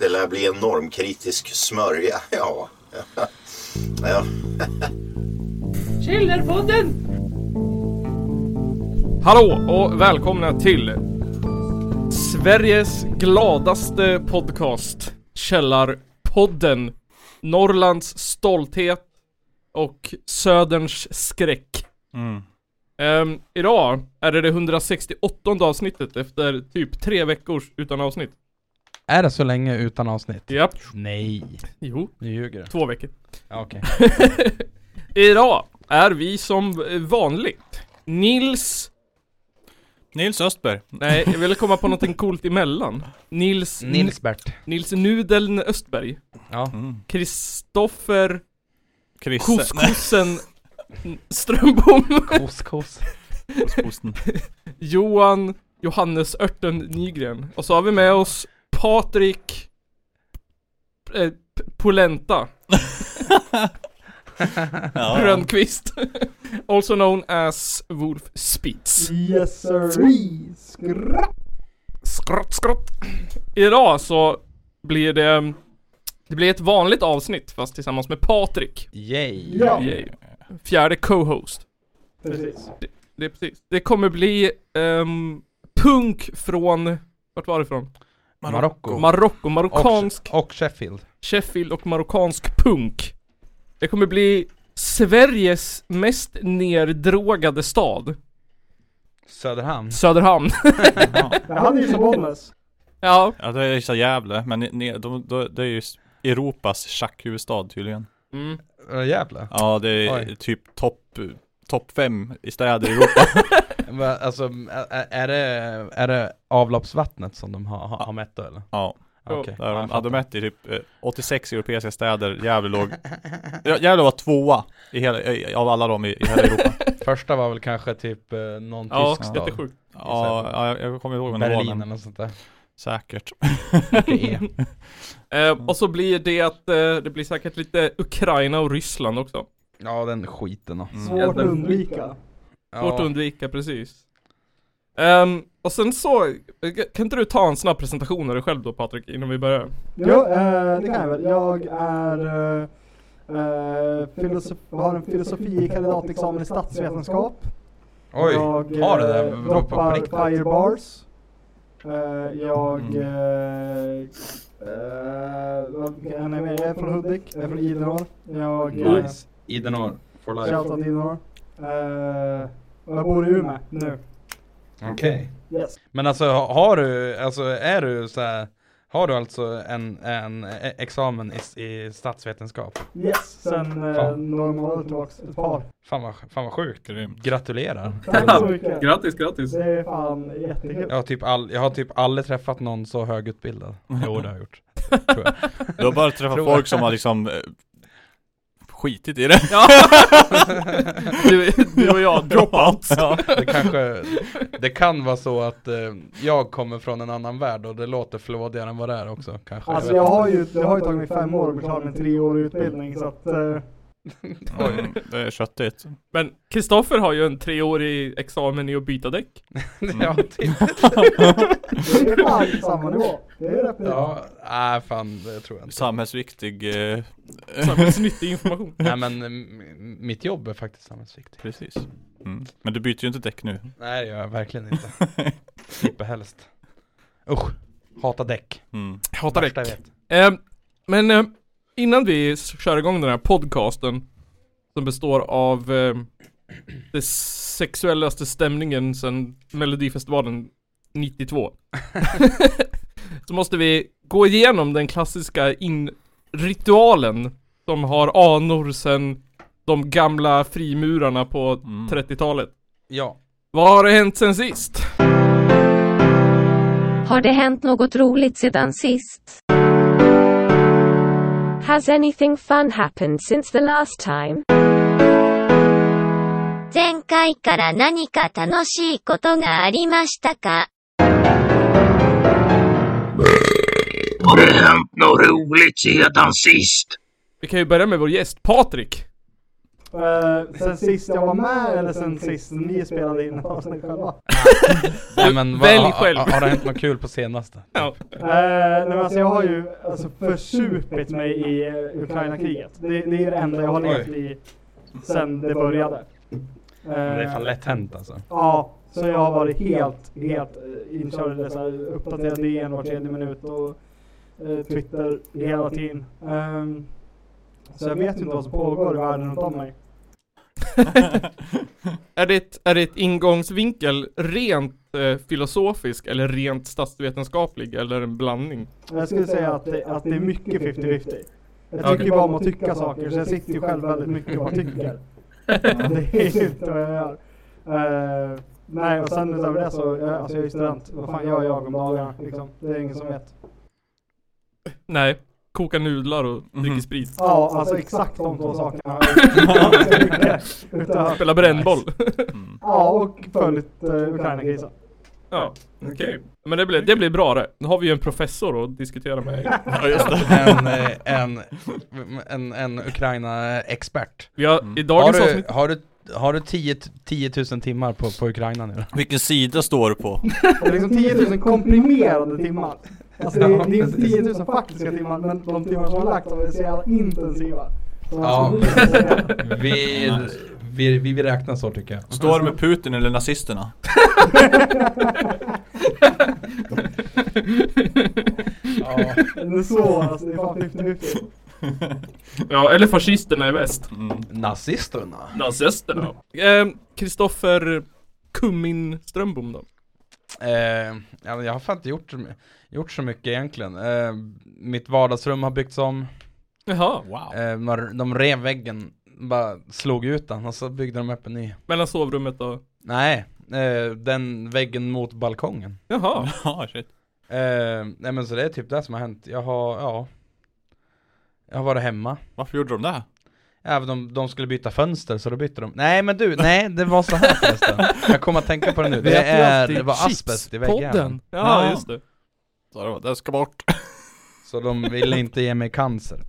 Det lär bli en normkritisk smörja, ja. ja. Källarpodden! Hallå och välkomna till Sveriges gladaste podcast Källarpodden Norrlands stolthet och Söderns skräck Ehm, Idag är det det 168 avsnittet efter typ tre veckor utan avsnitt Är det så länge utan avsnitt? Japp, Nej, jo, nu ljuger du. två veckor Ja, okej. Idag är vi som vanligt Nils, Nils Östberg. nej jag ville komma på någonting coolt emellan Nils, Nils Bert. Nils Nudeln Östberg Ja. Mm. Kristoffer Krisse. Koskossen Strömbom Koskos. Kosposten. Johan Johannes Örten Nygren Och så har vi med oss Patrik eh, P- Polenta Ja. Rönnqvist Also known as Wolf Spitz Yes sir! Skratt! Skrott skrott Idag så blir det Det blir ett vanligt avsnitt fast tillsammans med Patrik Yay. Ja, Yay. Fjärde co-host precis. Det är precis Det kommer bli ehm, Punk från Vart var det ifrån? Marocko. Marocko, marockansk Och, och Sheffield. Sheffield och marockansk punk. Det kommer bli Sveriges mest neddrogade stad, Söderhamn. Söderhamn. Men han är ju från Mm. Bollnäs. ja, Ja, det är så Gävle, men ni, ni, de, de, det är ju s- Europas tjackhuvudstad tydligen. mm. Äh, Jävla. Ja, det är Oj. typ topp top fem i städer i Europa. Va, Alltså, ä- ä- är det, är det avloppsvattnet som de har, har, har mätt då eller? ja, Okej. där Ja, jag de hade fattar. mätt i typ eh, 86 europeiska städer. Gävle låg... Ja, Gävle var tvåa i hela, i, av alla dem i, i hela Europa. Första var väl kanske typ eh, någon ja tysk stad. jättesjukt. Ja, ja, jag, jag kommer inte ihåg vad det var, Berlin men eller något sånt där. säkert. Okej. E. Eh, och så blir det att eh, det blir säkert lite Ukraina och Ryssland också. Ja, den skiten och. Mm. Svårt att undvika. Svårt att undvika precis. Ehm, och sen så, kan inte du ta en snabb presentation av dig själv då Patrik, innan vi börjar? Jo, eh, det kan jag väl. Jag är, eh, eh, filosof- har en filosofikandidatexamen i statsvetenskap. Oj, jag eh, har du det på- på droppar riktigt? Mm. firebars. Eh, jag... Eh, eh, vad kan jag, mer? jag är från Hudik, jag är från Idenor. Jag... eh, Nice. Idenor. For Shoutout Idenor. Eh, och jag bor i Umeå nu. Okej. Yes. Men alltså ha- har du, alltså är du så här, har du alltså en, en e- examen i, i statsvetenskap? Yes, sen eh, Fan. några månader tillbaks. Ett par. Fan vad, fan vad sjukt. Grymt. Gratulerar. Tack så mycket. Grattis, grattis! Det är fan jättekul. Jag har, typ all, jag har typ aldrig träffat någon så högutbildad. Jo det har jag gjort. Tror jag. Du har bara träffat Tror folk jag. som har liksom eh, skitit i det. Ja! du, du och jag, dropouts! Ja. Det kanske, det kan vara så att eh, jag kommer från en annan värld och det låter flådigare än vad det är också kanske. Alltså vet jag inte. har ju, det har ju tagit mig fem år att bli klar med en treårig utbildning så att eh, Mm, det är köttigt. Men Kristoffer har ju en treårig examen i att byta däck. ja, typ. det är fan på samma nivå. Det är rätt bra. ja, nej fan det tror jag inte. Samhällsviktig eh, Samhällsnyttig information. Nej men m- mitt jobb är faktiskt samhällsviktigt. Precis mm. Men du byter ju inte däck nu Nej det gör jag verkligen inte. Slipper helst. Usch, hata däck. mm. Hatar Värsta jag vet. Eh, men eh, innan vi s- kör igång den här podcasten Som består av eh, den sexuellaste stämningen sedan Melodifestivalen 92 Så måste vi gå igenom den klassiska inritualen Som har anor sedan de gamla frimurarna på Mm. 30-talet Ja. Vad har hänt sen sist? Har det hänt något roligt sedan sist? Has anything fun happened since the last time? 前回から何か楽しいことがありましたか Har det hänt något roligt sedan sist? Vi kan ju börja med vår gäst Patrik Eh, sen sist jag var med eller sen sist ni spelade in avsnitt själva? Nej, men, Välj har- själv. Har, har det hänt något kul på senaste? Ja. Eh, nej, men alltså jag har ju alltså, försupit mig i eh, Ukraina-kriget. Det, det är det enda jag har levt i sen det började. Eh, Men Det är fan lätt hänt alltså. Ja, så jag har varit helt, helt eh, inkörd i dessa uppdaterade DN var tredje minut och eh, Twitter hela tiden. Ehm, så jag vet inte vad som pågår i världen runt om mig. Är ditt, är ditt ingångsvinkel rent eh, filosofisk eller rent statsvetenskaplig eller en blandning? Men Jag skulle säga att det, att det är mycket 50-50. Jag tycker Okej. ju bara om att tycka saker, så jag sitter ju själv väldigt mycket och bara tycker. det är ju inte vad jag gör. Eh, nej, och sen utöver det så, jag, alltså jag är ju student. Vad fan gör jag om dagarna liksom? Det är ingen som vet. Nej, koka nudlar och dricker Mhm. sprit. Ah, Ja, alltså exakt de två sakerna. har jag gjort ganska mycket utöver- Spela brännboll. Mm. Ja, och följt uh, Ukraina-krisen. ja, okej. Men det blir, det blir bra det. Nu har vi ju en professor att diskutera med. Ja, just det. En, eh, en, en, en Ukraina-expert. Vi Mm. har, I Har dagens du, avsnitt... har du, har du 10, 10 000 timmar på, på Ukraina nu? Vilken sida står du på? Det är liksom 10 000 komprimerade timmar. Alltså det är, det är inte 10 000 faktiska timmar, men de timmar som har lagts är så jävla intensiva. Så Ja. man ska säga. Vi, vi, vi, vi räknar så tycker jag. Står du med Putin eller nazisterna? Ja. Det är så alltså, det är fan 50-50. Ja, eller fascisterna i väst. Mm. Nazisterna? Nazisterna. Ehm, Kristoffer Kummin Strömbom då? Eh, ja, men jag har fan inte gjort, gjort så mycket egentligen. Eh, mitt vardagsrum har byggts om. Jaha. Wow. Eh, man- de rev väggen, bara slog ut den och så byggde de upp en ny. Mellan sovrummet och... Nej, eh, den väggen mot balkongen. Jaha. Ja, shit. Eh, nej men så det är typ det som har hänt. Jag har, ja. Jag har varit hemma. Varför gjorde de det? Även om de skulle byta fönster så då bytte de. Nej men du, nej det var så här förresten. Jag kommer att tänka på det nu. Det, är, det var asbest i väggen. Podden. Ja, Ja. just det. Så det, var, det ska bort. Så de ville inte ge mig cancer.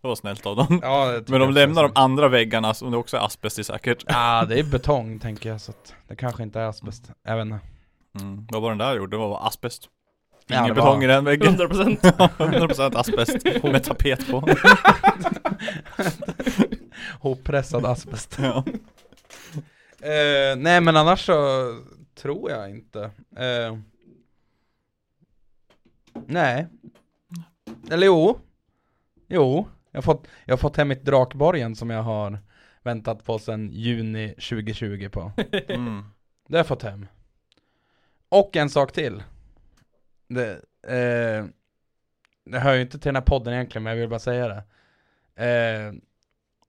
Det var snällt av dem. Ja, det tycker Men de jag också. lämnar de andra väggarna som det också är asbest i säkert. Ja, ah, det är betong tänker jag så att det kanske inte är asbest. Jag vet inte. Mm. Vad var den där gjorde? Det var bara asbest. Ja, Ingen det betong var- i den väggen. 100%. 100% asbest med tapet på. Hoppressad asbest. Ja. Eh, nej men annars så tror jag inte. Eh, nej. Eller jo. Jo. Jag har, fått, jag har fått hem mitt Drakborgen som jag har väntat på sedan juni 2020 på. Mm. Det har jag fått hem. Och en sak till. Det, eh, det hör ju inte till den här podden egentligen men jag vill bara säga det. Eh,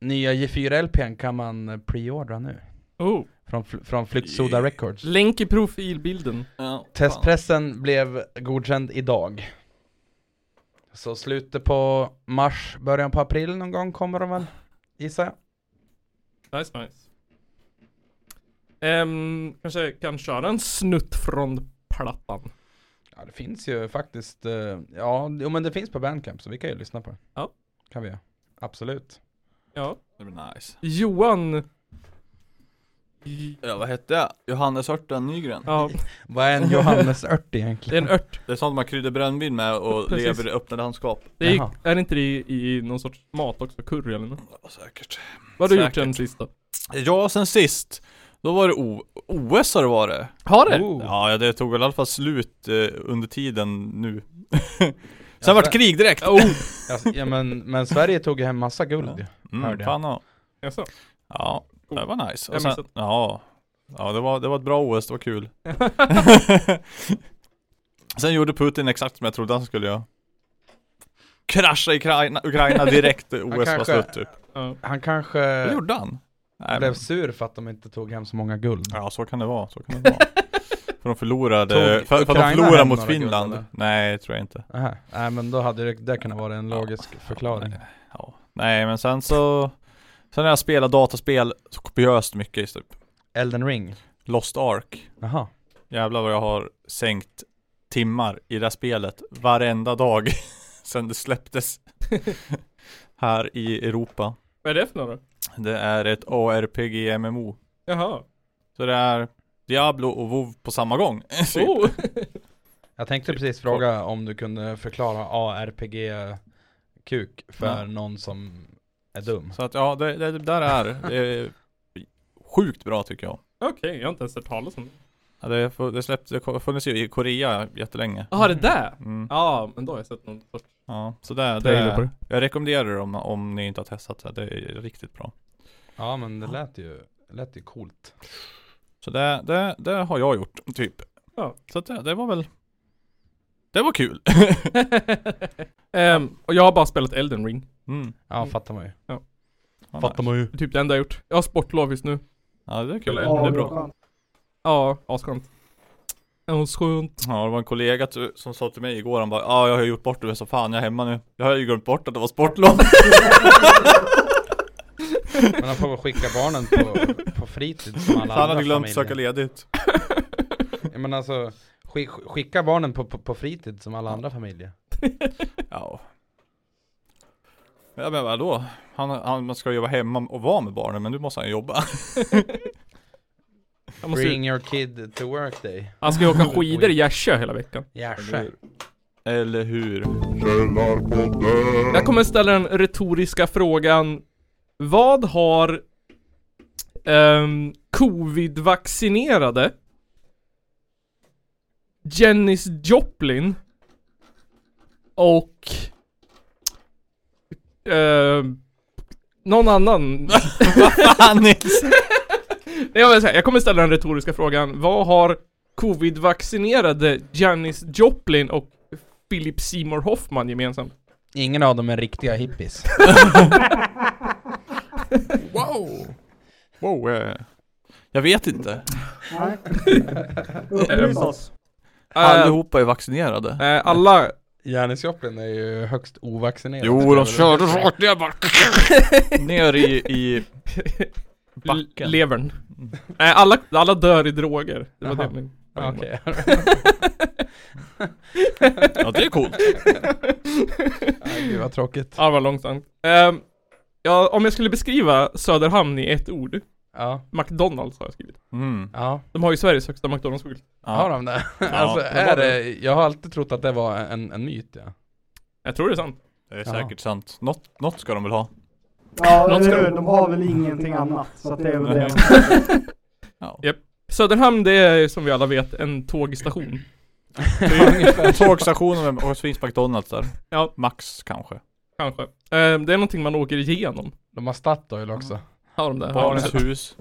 nya J4-LPn kan man preordra nu. Oh. Från, fl- från Flyktsoda Records. Länk i profilbilden. Ja, fan. Testpressen blev godkänd idag. Så slutet på mars, början på april någon gång kommer de väl, gissar jag. Nice, nice. Ehm, kanske kan köra en snutt från plattan. Ja det finns ju faktiskt, eh, ja jo, men det finns på Bandcamp så vi kan ju lyssna på det. Ja. Kan vi göra. Absolut. Ja. Det blir nice. Johan. J- Ja, vad hette jag? Johannes Örten Nygren. Ja, Vad är en Johannesört det är egentligen? en ört. Det är sånt man kryddar brännvin med och Precis. lever i öppna landskap. Det är, ju- Jaha. är det inte det i, i någon sorts mat också? Curry eller något? Ja, säkert. Vad har du gjort Säkert. sen sist då? Ja, sen sist. Då var det o- OS har det varit. Har det? Oh. Ja, det tog väl i alla fall slut eh, under tiden nu. Ja, sen vart så- det krig direkt. Alltså, ja men, men Sverige tog ju hem massa guld Mm, hörde jag. fan ja. Jaså? Ja, det var nice. Jag Och sen, missade. ja, ja det, var, det var ett bra OS, det var kul. sen gjorde Putin exakt som jag trodde han skulle göra. Krascha Ukraina, Ukraina direkt OS var kanske- slut typ. Ja. Han Det kanske gjorde han. Nej, Eh, blev men, sur för att de inte tog hem så många guld. ja, så kan det vara. Så kan det vara. för de förlorade, Tog för, för att Ukraina de förlorade hem mot några guld, Finland. eller? Nej, tror jag inte. Aha. Nej men då hade det, det kunnat vara en logisk förklaring. nej. Ja. Nej, men sen så... Sen har jag spelat dataspel så kopiöst mycket, typ Elden ring. Lost Ark. Jaha. Jävlar vad jag har sänkt timmar i det här spelet varenda dag sedan det släpptes här i Europa. Vad är det för några? Det är ett ARPG-MMO. Jaha. Så det är Diablo och WoW på samma gång. Typ. Oh. Jag tänkte Typ. precis fråga om du kunde förklara ARPG-kuk för Ja. någon som är dum. Så att ja, det, det, det där är, det är sjukt bra tycker jag. Okej, jag har inte ens hört talas om det. Ja, det, fu- det, släppte, det funnits ju i Korea jättelänge. Jaha, det där? Mm, Ja, men då har jag sett någon sorts ja, så det, trailer på det, det. jag rekommenderar det om, om ni inte har testat det. Det är riktigt bra. Ja men det lät ju, lät ju coolt. Så det, det, det har jag gjort, typ. Ja. Så att det, det var väl Det var kul! Ehm, och jag har bara spelat Elden Ring. Mm. Ja fattar man ju. Ja, man ju. Det är typ det enda jag gjort. Jag har sportlov just nu. Ja det är kul, det Ja, är bra. skönt. Ja, asskönt. Ja, skönt. Ja det var en kollega t- som sa till mig igår, han bara ah, jag har gjort bort det så fan jag är hemma nu. Jag har ju glömt bort att det var sportlov. Men han får väl skicka barnen på, på fritid som alla han andra hade glömt familjer. söka ledigt. Ja, men alltså, skick, skicka barnen på, på, på fritid som alla andra familjer. Ja. Ja men vadå? Han, han man ska ju vara hemma och vara med barnen men nu måste han ju jobba. Jag måste ju, Bring your kid to work day. han ska ju åka skidor i Gärsjö hela veckan. Jaså. Eller hur? Källarpodden! Jag kommer ställa den retoriska frågan. Vad har ehm, covid-vaccinerade Janis Joplin och ehm, någon annan Fan Nils! Nej, jag, vill säga, jag kommer ställa den retoriska frågan. Vad har covid-vaccinerade Janis Joplin och Philip Seymour Hoffman gemensamt? Ingen av dem är riktiga hippies. Wow! Wow eh. Jag vet inte. Eh. Nej. Upplys oss. Eh, Allihopa är vaccinerade. eh, alla... Janis Joplin är ju högst ovaccinerad. Jo, de körde rakt ner bara. Ner i, i l- backen. Levern. Nej, alla, alla dör i droger. Det var Mm. Jaha. det min- Okej. ja, det är coolt. Nej, Gud vad tråkigt. Ja, det var långsamt. Eh, ja, om jag skulle beskriva Söderhamn i ett ord. Ja. McDonalds har jag skrivit. Mm. Ja. De har ju Sveriges högsta McDonalds-skylt. Har Ja. de det? Alltså det är var det, jag har alltid trott att det var en, en myt ja. Jag tror det är sant. Det är Ja. säkert sant. Något, något ska de väl ha. Ja, Något ska eller hur? de- De har väl ingenting annat. Så att det är väl det. Ja. Söderhamn det är som vi alla vet en tågstation. Tågstationen och så finns McDonalds där. Ja. Max kanske. Kanske. Eh, det är någonting man åker igenom. De har Statoil också. Har de det? Har de Barnens det? hus.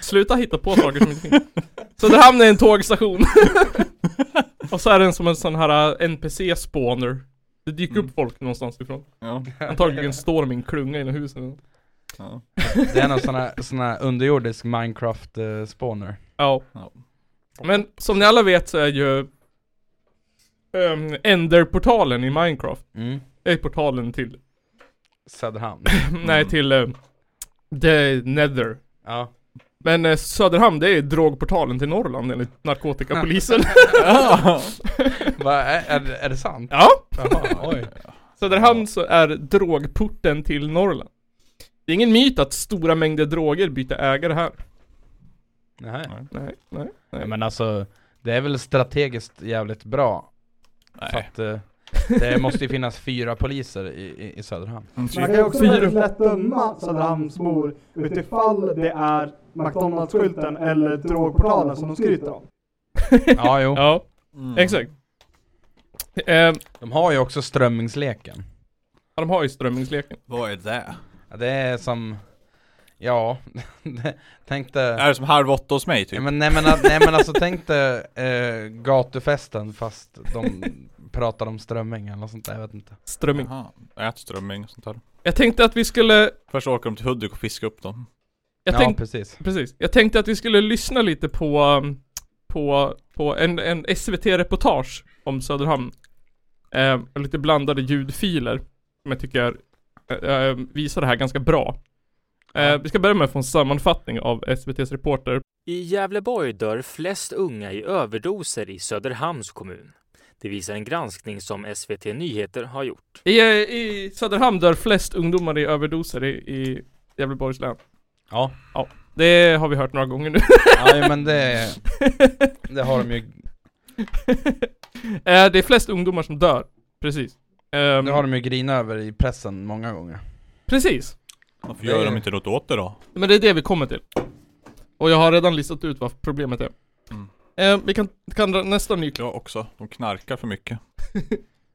Sluta hitta på saker som inte finns. Söderhamn är en tågstation. och så är den som en sån här eh, NPC-spawner. Det dyker Mm. upp folk någonstans ifrån. Ja. Antagligen står de i en klunga inne i husen. Ja. Det är någon sån här, sån här underjordisk Minecraft eh, spawner. Ja. Ja. Men som ni alla vet så är ju ehm, Ender-portalen i Minecraft, Mm. är portalen till, Söderhamn. Mm. nej till eh, The Nether. Ja. Men eh, Söderhamn det är drogportalen till Norrland enligt narkotikapolisen. Va, är, är, det- är det sant? ja! Jaha, oj. Söderhamn så är drogporten till Norrland. Det är ingen myt att stora mängder droger byter ägare här. Nej. Nej, nej. Ja, men alltså, det är väl strategiskt jävligt bra. För Nej. att eh, det måste ju finnas fyra poliser i, i, i Söderhamn. Man Mm. kan ju också väldigt lätt döma Söderhamnsbor utifall det är McDonalds-skylten eller drogportalen som de skryter om. Ja, jo. Ja, Mm. exakt. Eh, De har ju också strömmingsleken. de har ju strömmingsleken. Vad är det? Ja, Det är som, ja, det- tänk Är dig. det som Halv åtta hos mig Ja, typ? men, nej, men, nej men alltså tänk dig eh, gatufesten fast de pratar om strömming eller något sånt där, jag vet inte. Strömming. Jaha. Ät strömming och sånt där. Jag tänkte att vi skulle... Först åker de till Hudik och fiskar upp dem. Jag ja, tänkte, precis. precis. Jag tänkte att vi skulle lyssna lite på... um, På, på en, en SVT-reportage om Söderhamn. Eh, och lite blandade ljudfiler. Som jag tycker eh, eh, visar det här ganska bra. Eh, vi ska börja med att få en sammanfattning av SVT's reporter I Gävleborg dör flest unga i överdoser i Söderhamns kommun. Det visar en granskning som SVT Nyheter har gjort. I, eh, I Söderhamn dör flest ungdomar i överdoser i, i Gävleborgs län. Ja, Det har vi hört några gånger nu. ja men det, det har de ju, Eh, det är flest ungdomar som dör. Precis. Ehm, det har de ju grinat över i pressen många gånger. Precis. Varför gör de inte något åt det då? Men det är det vi kommer till. Och jag har redan listat ut vad problemet är. Mm. Eh, vi kan, kan dra nästa ny Ja också, de knarkar för mycket.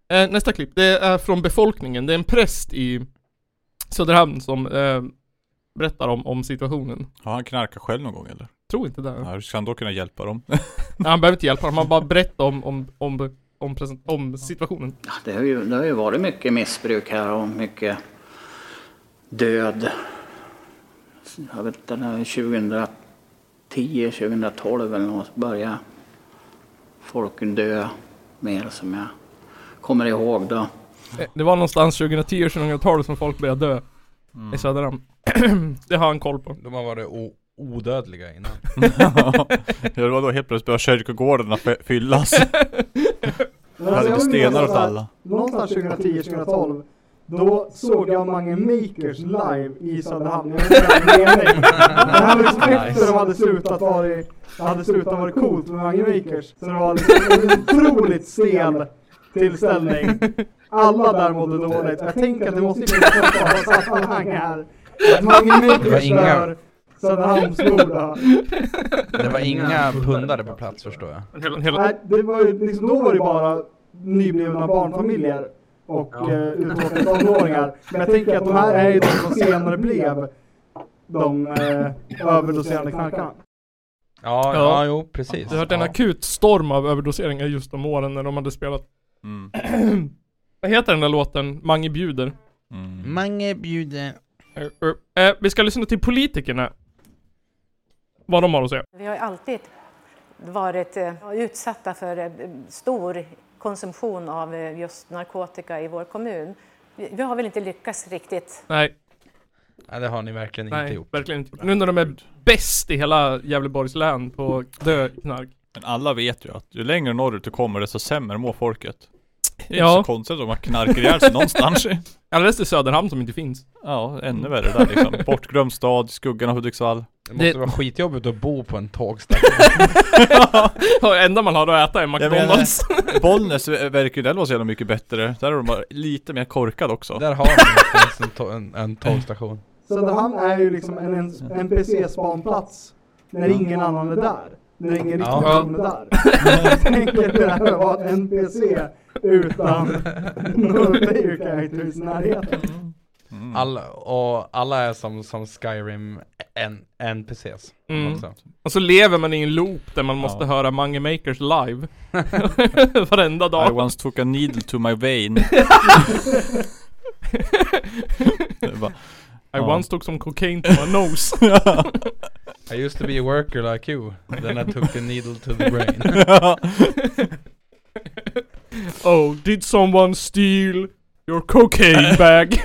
Eh, nästa klipp, det är från befolkningen. Det är en präst i Söderhamn som eh, berättar om, om situationen. Har han knarkat själv någon gång eller? Tror inte det. Ja, hur ska han då kunna hjälpa dem? Nej, han behöver inte hjälpa dem, han bara berättar om, om, om, om, present- om situationen. Det har, ju, det har ju varit mycket missbruk här och mycket död. Jag vet inte, det här 2010, 2012 eller något började folk dö mer som jag kommer ihåg då. Eh, Det var någonstans 2010-2012 som folk började dö i Söderhamn. det har han koll på. De har varit o- odödliga innan. Ja, det var då helt plötsligt började kyrkogårdarna fy- fyllas. Men Hade Alltså, jag vi vill stenar minnas åt att alla. Någonstans 2010-2012 då såg jag Mange Makers live i Söderhamn. Jag vet inte vad det är mening. Det här var liksom efter de hade slutat vara i- det hade slutat vara coolt med Mange Makers. Så det var liksom en otroligt stel tillställning. Alla där mådde dåligt. Jag tänker att det måste finnas ett bra sammanhang här. Att Mange Det var Makers inga- gör Söderhamnsbor då. Det var inga pundare på plats förstår jag. Hela, hela, Nej, det var ju liksom, då var det bara nyblivna barnfamiljer och ja. eh, uttråkade tonåringar. Men jag tänker att de här är ju de som senare blev de eh, överdoserande knarkarna. Ja, ja, Ja. jo precis. det har varit en ja. akut storm av överdoseringar just de åren när de hade spelat. Mm. Vad heter den där låten? Mange bjuder. Mm. Mange bjuder. Eh, eh, eh, vi ska lyssna till politikerna. Vad de har att säga. Vi har ju alltid varit eh, utsatta för eh, stor konsumtion av eh, just narkotika i vår kommun. Vi vi har väl inte lyckats riktigt. Nej, Nej det har ni verkligen inte Nej, gjort. verkligen inte. Nu när de är bäst i hela Gävleborgs län på döknark. Men alla vet ju att ju längre norrut du kommer desto sämre mår folket. Det är Ja. inte så konstigt att de har knarkar ihjäl sig någonstans. Alldeles till Söderhamn som inte finns. Ja, ännu värre där liksom. Bortglömd stad, skuggan av Hudiksvall. Det måste Det- vara skitjobbigt att bo på en tågstation. Och det enda man har att äta är McDonalds. Bollnäs verkar ju den vara så jävla mycket bättre. Där är de bara lite mer korkade också. Där har de faktiskt en, tå- en, en tågstation. Söderhamn är ju liksom en- en NPC-spanplats när ingen annan är där. När ingen riktig Ja. person är där. Jag tänker att det här var en NPC utan Norrby kan jag inte hus i närheten. Mm. Alla, och alla är som, som Skyrim N- NPCs. Mm. Också. Och så lever man i en loop där man måste Ja. höra Mange Makers live. Varenda I dag. once took a needle to my vein. Det är bara, I Ja. once took some cocaine to my nose. I used to be a worker like you, then I took a needle to the brain. oh, did someone steal your cocaine bag?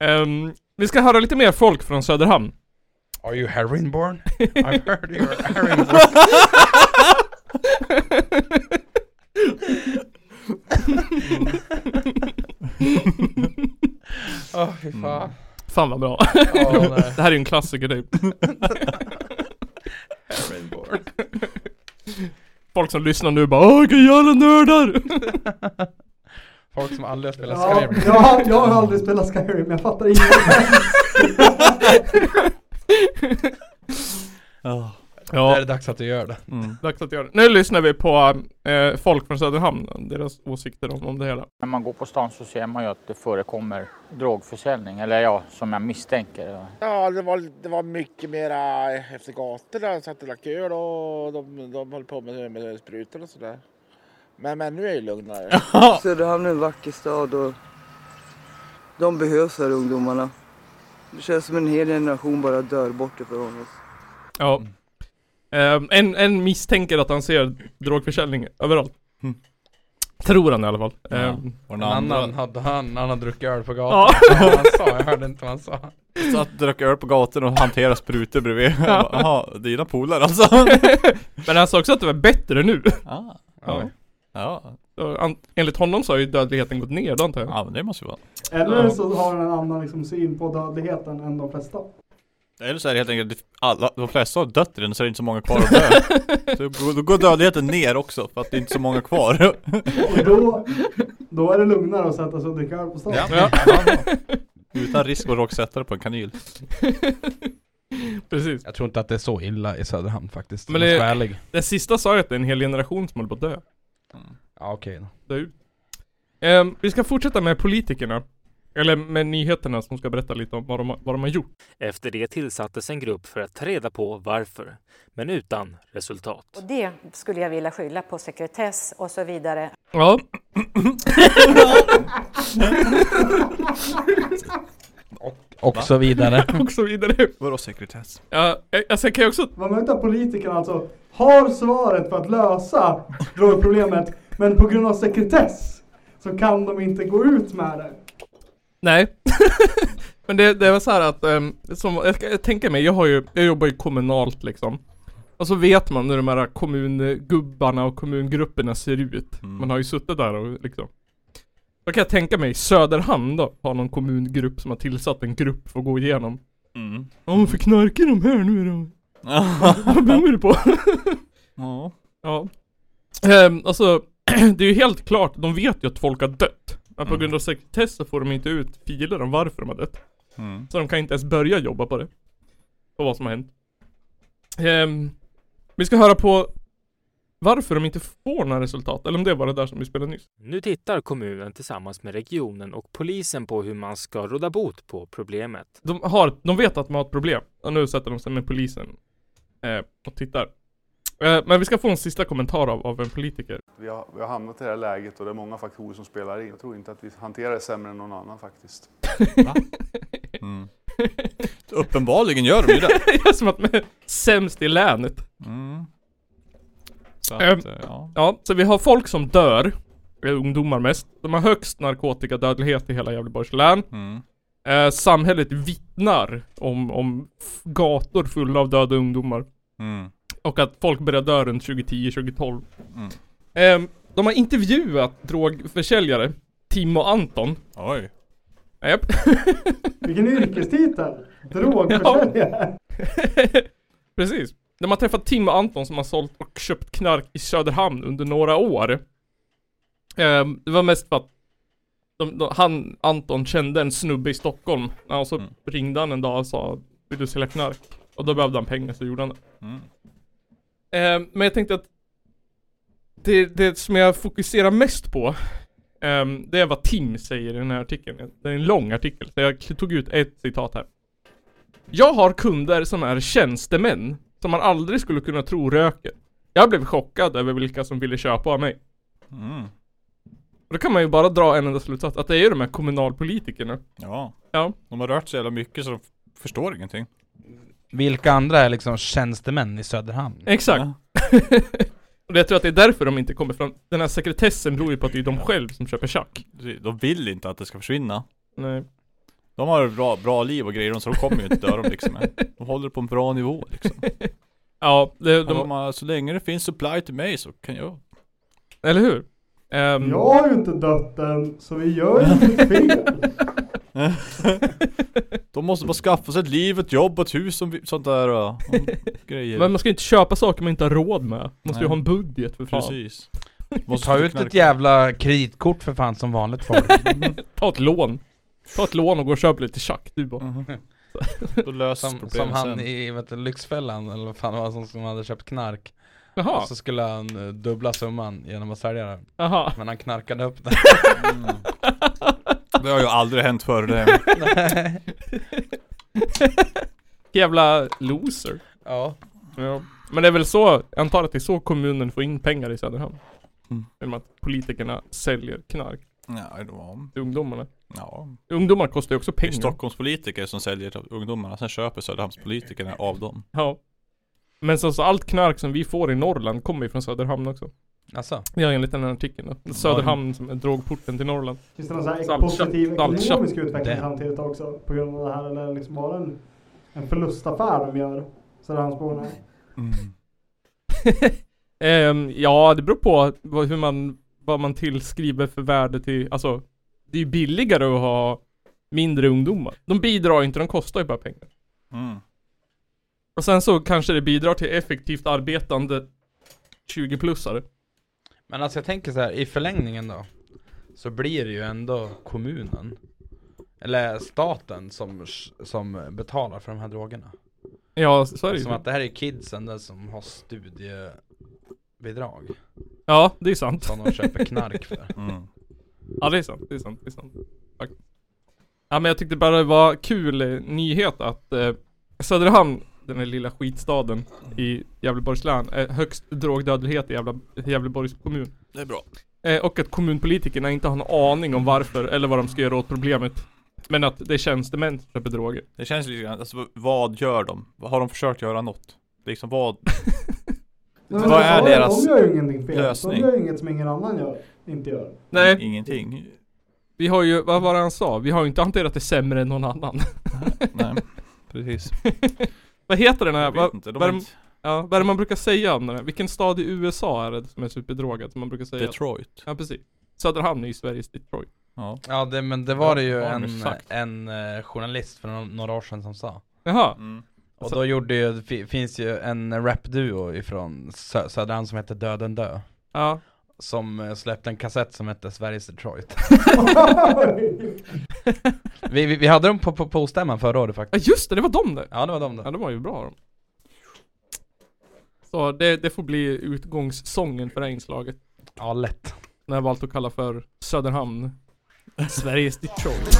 Ehm, vi ska höra lite mer folk från Söderhamn. Are you heroinborn? I've heard you're heroinborn. Åh oh, fy fan. Fan vad bra. Ja, nej. Det här är ju en klassiker typ. Heroinborn. Folk som lyssnar nu bara Åh vilka jävla nördar! Folk som aldrig har spelat Ja, Skyrim. jag, har- jag har aldrig spelat Skyrim, jag fattar ingenting. ja. Det Ja, är dags att du gör det. mm. dags att göra det. Nu lyssnar vi på eh, folk från Söderhamn, deras åsikter om, om det hela. När man går på stan så ser man ju att det förekommer drogförsäljning, eller ja, som jag misstänker. Ja, det var, det var mycket mera efter gatorna. De satt och drack öl och de, de höll på med, med sprutor och sådär. Men, men nu är jag lugnare. Söderhamn är en vacker stad och de behövs här ungdomarna. Det känns som en hel generation bara dör bort ifrån oss. Ja. Ehm, en, en misstänker att han ser drogförsäljning överallt. Mm. Tror han i alla fall. Ja. Ehm, Och En den andra, annan hade han, han hade druckit öl på gatan. Ja. Vad han sa, jag hörde inte vad han sa. Så att drack öl på gatan och hanterade sprutor bredvid. Jag bara, Jaha, dina polare alltså? Men han sa också att det var bättre nu. Ah, Ja. ja. Så an- Enligt honom så har ju dödligheten gått ner, det antar jag. Ja men det måste ju vara. Eller så har han en annan liksom, syn på dödligheten än de flesta. Eller så är det helt enkelt alla, de flesta har dött redan så är det inte så många kvar att dö. Så går- då går dödligheten ner också för att det är inte så många kvar. Och då, då är det lugnare att sätta sig och dricka öl på stan. Ja. Utan risk att råksätta det på en kanyl. Precis. Jag tror inte att det är så illa i Söderhamn faktiskt. Men Men det... det- är ärlig. Den sista sa ju att det är en hel generation som håller på att dö. Ja okej då. dö ut. Ehm, vi ska fortsätta med politikerna. Eller med nyheterna som ska berätta lite om vad de, har- vad de har gjort. Efter det tillsattes en grupp för att ta reda på varför, men utan resultat. Och det skulle jag vilja skylla på sekretess och så vidare. Ja. Och så vidare. och så vidare. Vadå sekretess? Ja, eh, alltså jag kan ju också... Man möter politikerna alltså har svaret för att lösa drogproblemet men på grund av sekretess så kan de inte gå ut med det. Nej. Men det, det var så här att, ehm, som, jag, ska- jag tänker mig, jag, har ju, jag jobbar ju kommunalt liksom. Och så vet man hur de här kommungubbarna och kommungrupperna ser ut. Man har ju suttit där och liksom. Då kan jag tänka mig Söderhamn då, har någon kommungrupp som har tillsatt en grupp för att gå igenom. Mm. Ja men för knarkar de här nu då? Vad beror det på? Ja. Ja. Ehm, alltså, det är ju helt klart, de vet ju att folk har dött. Men på Mm. grund av sekretess så får de inte ut filer om varför de har dött. Mm. Så de kan inte ens börja jobba på det. På vad som har hänt. Ehm, vi ska höra på varför de inte får några resultat, eller om det var det där som vi spelade nyss. Nu tittar kommunen tillsammans med regionen och polisen på hur man ska råda bot på problemet. De, har, de vet att de har ett problem, och nu sätter de sig med polisen eh, och tittar. Eh, men vi ska få en sista kommentar av, av en politiker. Vi har, vi har hamnat i det här läget och det är många faktorer som spelar in. Jag tror inte att vi hanterar det sämre än någon annan faktiskt. Mm. Uppenbarligen gör de ju det. Det är som att de är sämst i länet. Mm. Så Ehm, att, eh, ja. Ja, så vi har folk som dör, eh, ungdomar mest. De har högst narkotikadödlighet i hela Gävleborgs län. Mm. Eh, samhället vittnar om, om f- gator fulla av döda ungdomar. Mm. Och att folk börjar dö runt 2010-2012. Mm. Ehm, de har intervjuat drogförsäljare, Tim och Anton. Oj. Japp. Vilken yrkestitel! Drogförsäljare! Precis. De har träffat Tim och Anton som har sålt och köpt knark i Söderhamn under några år. Ehm, det var mest för att de, de, han, Anton, kände en snubbe i Stockholm. Ja, Och så ringde han en dag och sa Vill du sälja knark? Och då behövde han pengar så gjorde han det. Mm. Ehm, men jag tänkte att det, det som jag fokuserar mest på ehm, Det är vad Tim säger i den här artikeln. Det är en lång artikel, så jag tog ut ett citat här. Jag har kunder som är tjänstemän som man aldrig skulle kunna tro röker. Jag blev chockad över vilka som ville köpa av mig. Mm. Och då kan man ju bara dra en enda slutsats, att det är ju de här kommunalpolitikerna. Ja. Ja. De har rört sig jävla mycket så de f- förstår ingenting. Vilka andra är liksom tjänstemän i Söderhamn? Exakt. Och jag tror att det är därför de inte kommer fram. Den här sekretessen beror ju på att det är de själva som köper tjack. De vill inte att det ska försvinna. Nej. De har bra, bra liv och grejer så de kommer ju inte dö de liksom. De håller på en bra nivå liksom. Ja, det, De, de de, har, så länge det finns supply till mig så kan jag eller hur? Ehm, Jag har ju inte dött än, så vi gör ju inget fel. De måste bara skaffa sig ett liv, ett jobb, ett hus och sånt där och, och grejer. Men man ska ju inte köpa saker man inte har råd med. Man måste ju Nej. ha en budget för fan. Precis. Måste Ta få ut ett knarka. jävla kreditkort för fan som vanligt folk. Ta ett lån. Ta ett lån och gå och köpa lite tjack du bara. Mhm. Då löser Som, problemet som han sen. i vet du, Lyxfällan eller vad fan det var som, som hade köpt knark. Jaha, Och så skulle han eh, dubbla summan genom att sälja den. jaha. Men han knarkade upp den. Det har ju aldrig hänt förr det. Jävla loser. ja. Ja. Men det är väl så, jag antar att det är så kommunen får in pengar i Söderhamn. Mm. Genom att politikerna säljer knark Ja, det var, till ungdomarna. ja. Ungdomar kostar ju också Det är pengar. Stockholmspolitiker som säljer till ungdomarna, sen köper Söderhamnspolitikerna av dem. Ja. Men så, så allt knark som vi får i Norrland kommer ju från Söderhamn också. Alltså. Ja, enligt den här artikeln då. Söderhamn som är drogporten till Norrland. Finns det någon så här Salt- positiv salt- ekonomisk salt- utveckling samtidigt också på grund av det här? Eller är det liksom bara en, en förlustaffär de gör? Söderhamnsborna? Mm. Ehm, ja, det beror på vad, hur man, vad man tillskriver för värde till, alltså det är ju billigare att ha mindre ungdomar. De bidrar ju inte, de kostar ju bara pengar. Mm. Och sen så kanske det bidrar till effektivt arbetande 20-plussare. Men alltså jag tänker så här, i förlängningen då Så blir det ju ändå kommunen Eller staten som, som betalar för de här drogerna Ja, så är det ju. typ. Som att det här är kidsen där som har studiebidrag Ja, det är sant. Som de köper knark för mm. Ja, det är sant, det är sant, det är sant. Tack. Ja, men jag tyckte bara det var kul eh, nyhet att eh, Söderhamn, den här lilla skitstaden i Gävleborgs län, är högst drogdödlighet i Gävle, Gävleborgs kommun. Det är bra. Eh, och att kommunpolitikerna inte har någon aning om varför eller vad de ska göra åt problemet. Men att det är tjänstemän som köper droger. Det känns lite grann, alltså vad gör de? Har de försökt göra något? Liksom vad? Nej, vad men är de- deras De gör ju ingenting fel. lösning? De gör ju inget som ingen annan gör. Inte gör. Nej. Ingenting. Vi har ju, vad var det han sa? Vi har ju inte hanterat det sämre än någon annan. Nej, precis. vad heter den här? Jag vet Vad, inte, de vad, har är det- inte- ja, vad är det man brukar säga om den här? Vilken stad i USA är det som är superdrogad? Som man brukar säga? Detroit. Ja precis. Söderhamn är ju Sveriges Detroit. Ja. Ja det, men det var det ju Ja, en, exakt. en eh, journalist för några, några år sedan som sa Jaha. Och då gjorde ju, det fi- finns ju en rapduo ifrån Sö- Söderhamn som heter Döden Dö Ja. Som eh, släppte en kassett som hette Sveriges Detroit vi, vi, vi hade dem på, på, på stämman förra året faktiskt Ja just det, det var de det! Ja det var de det Ja det var ju bra de. Så det, det får bli utgångssången för det här inslaget. Ja lätt. Den har jag valt att kalla för Söderhamn. Sveriges Detroit.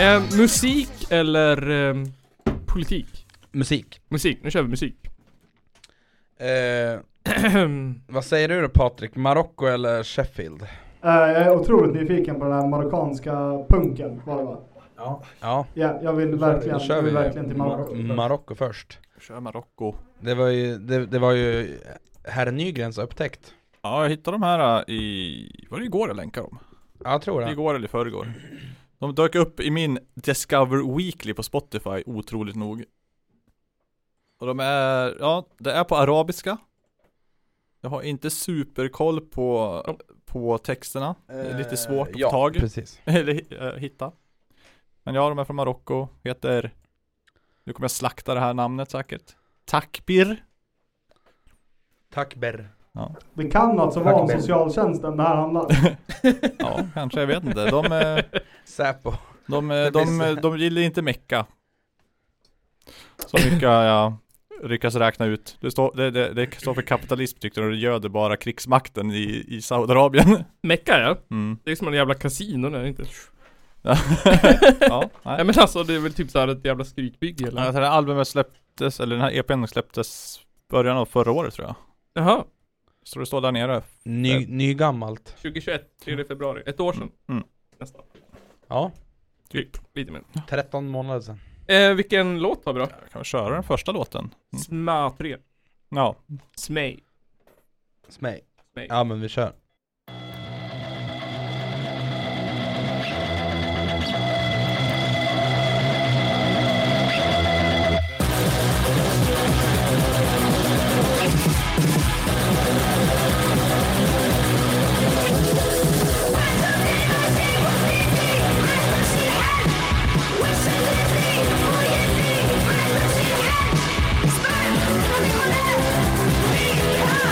Eh, musik eller ehm, politik? Musik. Musik, nu kör vi musik. Eh, vad säger du då Patrik? Marocko eller Sheffield? Eh, jag är otroligt nyfiken på den här marockanska punken. Var det va? Ja. Ja, jag vill verkligen, Då kör jag vill vi Mm, verkligen till Marocko. Marocko först. Kör Marocko. Det var ju, det, det var ju herr Nygrens upptäckt. Ja, jag hittade de här äh, i, var det igår jag länkade dem? Ja, jag tror det. Igår eller i förrgår. De dök upp i min Discover Weekly på Spotify, otroligt nog. Och de är, ja, det är på arabiska. Jag har inte superkoll på, på texterna. Det är lite Eh, svårt att ja, få tag i. precis. Eller hi- eh, hitta. Men ja, de är från Marocko, heter, nu kommer jag slakta det här namnet säkert. Takbir. Takber. Ja. Det kan alltså vara om Tack, Ben. socialtjänsten det här handlar om. Ja, kanske, jag vet inte. De, eh, Säpo. de, eh, Det blir de, eh, de gillar inte Mecka. Så mycket har jag lyckats räkna ut. Det står, det, det, det står för kapitalism tyckte de, och det göder bara krigsmakten i, i Saudiarabien. Mecka ja. Mm. Det är som en jävla kasino där inte. ja, nej. Nej men alltså det är väl typ såhär ett jävla skrytbygge eller? Ja, jag tror det här albumet släpptes, eller den här EPn släpptes början av förra året tror jag. Jaha. Så det står där nere. Ny, nygammalt. 2021, 3 februari. Ett år sedan. Mm. Nästan. Ja. Typ, lite mer. 13 månader sedan. Eh, vilken låt har vi då? Jag kan vi köra den första låten? Sma 3. Ja. Smej. Smej. Smej. Ja men vi kör.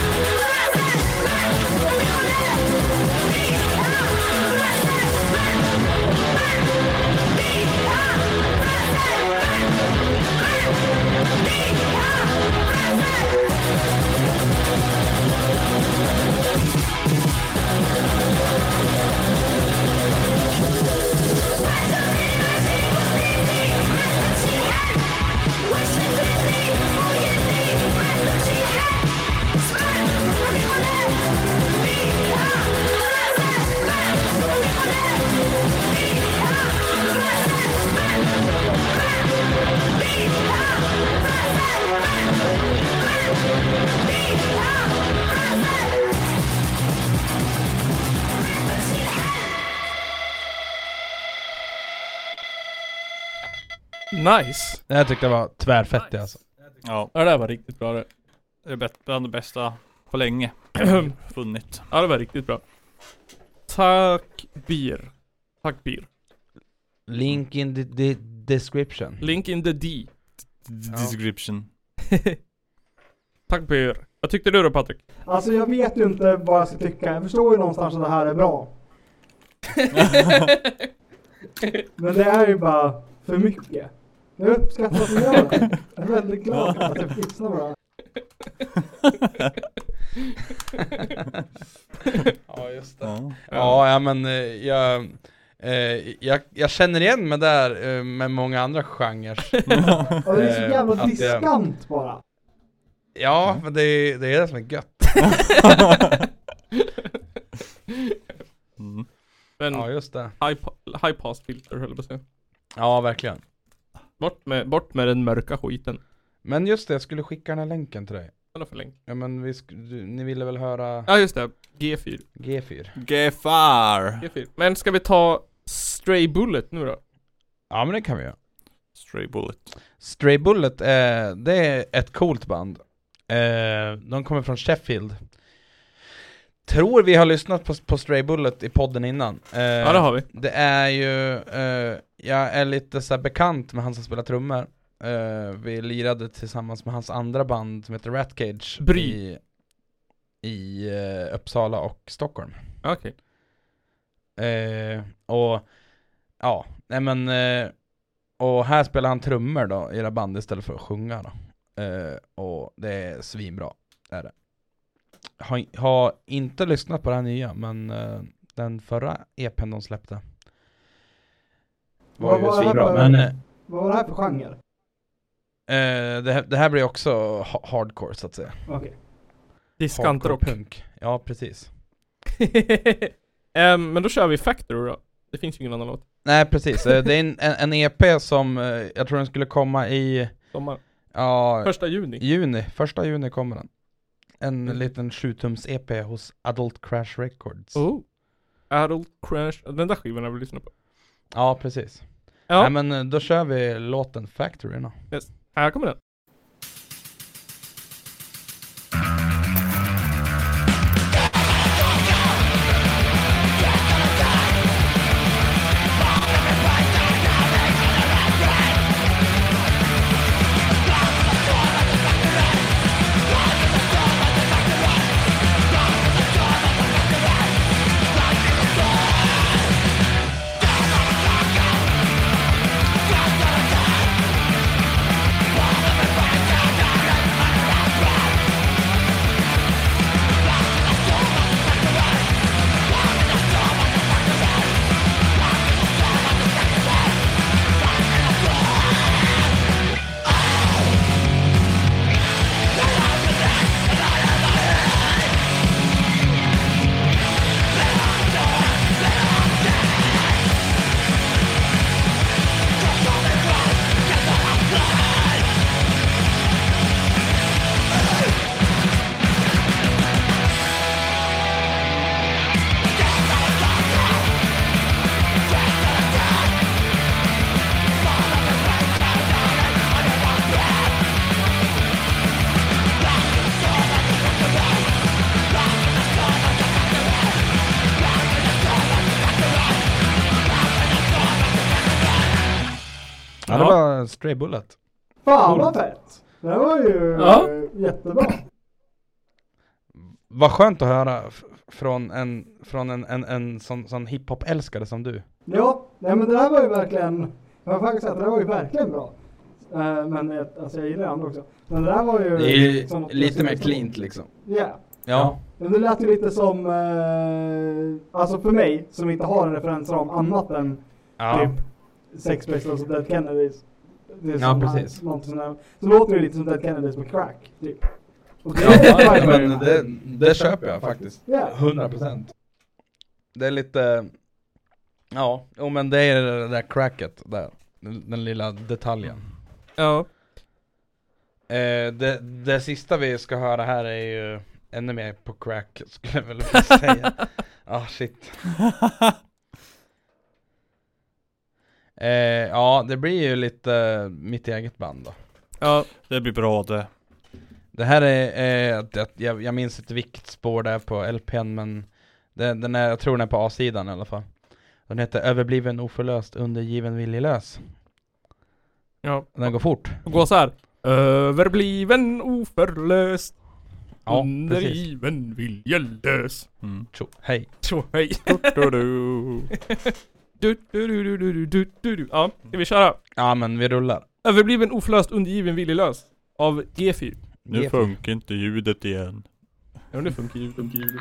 Thank Nice! Det här tyckte jag var tvärfett det alltså. Ja. Ja, det här var riktigt bra det. Det är bett- bland det bästa på länge. Funnit. Ja, det var riktigt bra. Tack Bir. Tack Bir. Link in the, the description. Link in the D. Description. Tack Bir. Vad tyckte du då Patrik? Alltså jag vet ju inte vad jag ska tycka. Jag förstår ju någonstans att det här är bra. Men det är ju bara för mycket. Jag uppskattar att ni gör det. Jag är väldigt glad att jag fick lyssna på det här. ja just det. Ja. Ja, ja, men eh, jag, eh, jag, jag känner igen mig där eh, med många andra genrer. Och det är så Eh, jävla att jag- diskant bara. Ja, men det, är- det är det som är gött. Mm. Men ja just det. high, pa- high pass filter höll jag på att säga. Ja verkligen. Bort med, bort med den mörka skiten. Men just det, jag skulle skicka den här länken till dig. Vadå för länk? Ja men vi sk- du, ni ville väl höra Ja just det, G4. G4? Gefar! G4. Men ska vi ta Stray Bullet nu då? Ja men det kan vi göra. Stray Bullet. Stray Bullet, eh, det är ett coolt band. Eh, de kommer från Sheffield. Tror vi har lyssnat på, på Stray Bullet i podden innan. Eh, Ja det har vi. Det är ju, eh, jag är lite så här bekant med han som spelar trummor. Eh, vi lirade tillsammans med hans andra band som heter Rat Cage Bry. i, i eh, Uppsala och Stockholm. Okej. Eh, och ja, nej men eh, och här spelar han trummor då i det här bandet istället för att sjunga då. Eh, och det är svinbra, är det. Har, har inte lyssnat på det här nya, men eh, den förra EPn de släppte Vad var ju var det här svinbra. för- Men eh, Vad var det här för genre? eh, det, här, det här blir också ha- hardcore så att säga. Okej. Diskantrock. Hardcore punk. Ja, precis. Ehm, men då kör vi Factory då. Det finns ju ingen annan låt. Nej, precis. Eh, det är en, en, en EP som eh, jag tror den skulle komma i, Sommar. ja, Första juni. Juni, första juni kommer den. En Mm. liten 7-tums-EP hos Adult Crash Records. Oh. Adult Crash. Den där skivan har vi lyssnat på. Ja, precis. Ja, Nej men eh, då kör vi låten Factory då. här kommer den. Ja, det var Stray Bullet. Fan vad fett! Det här var ju Ja. eh, jättebra. Vad skönt att höra f- från en, från en, en, en sån, sån hiphop-älskare som du. Ja, nej men det här var ju verkligen, jag har faktiskt sagt det här var ju verkligen bra. Eh, Men eh, alltså jag gillar det andra också. Men det här var ju... som att- liksom. Ja. Ja. Men det lät ju lite som, eh, alltså för mig som inte har en referensram annat än Ja. typ Sex Pistols och Dead Kennedys. Det är Ja, som- precis. någonting sånt där. Så låter det lite som Dead Kennedys på crack, typ. Och det Ja, är ja, verkligen- men det, det köper jag faktiskt. Ja. 100%. Det är lite, ja, jo men det är det där cracket där. Den, den lilla detaljen. Ja. Eh, det, det sista vi ska höra här är ju ännu mer på crack skulle jag väl vilja säga. Ah shit. Eh, ja, det blir ju lite eh, mitt eget band då. Ja. Det blir bra det. Det här är, eh, att- att jag, jag minns ett viktspår där på LPn men den, den är, jag tror den är på A-sidan i alla fall. Den heter Överbliven oförlöst undergiven viljelös. Ja. Den går fort. Och går så här. Överbliven oförlöst. Ja, undergiven viljelös. Mm. Tjo, hej. Tjo, hej. Du, du, du, du, du, du, du, du, du. Ja, ska vi köra? Ja men vi rullar. Överbliven oförlöst undergiven viljelös. Av G4. Nu funkar inte ljudet igen. Ja, det funkar ju. Funkar ju.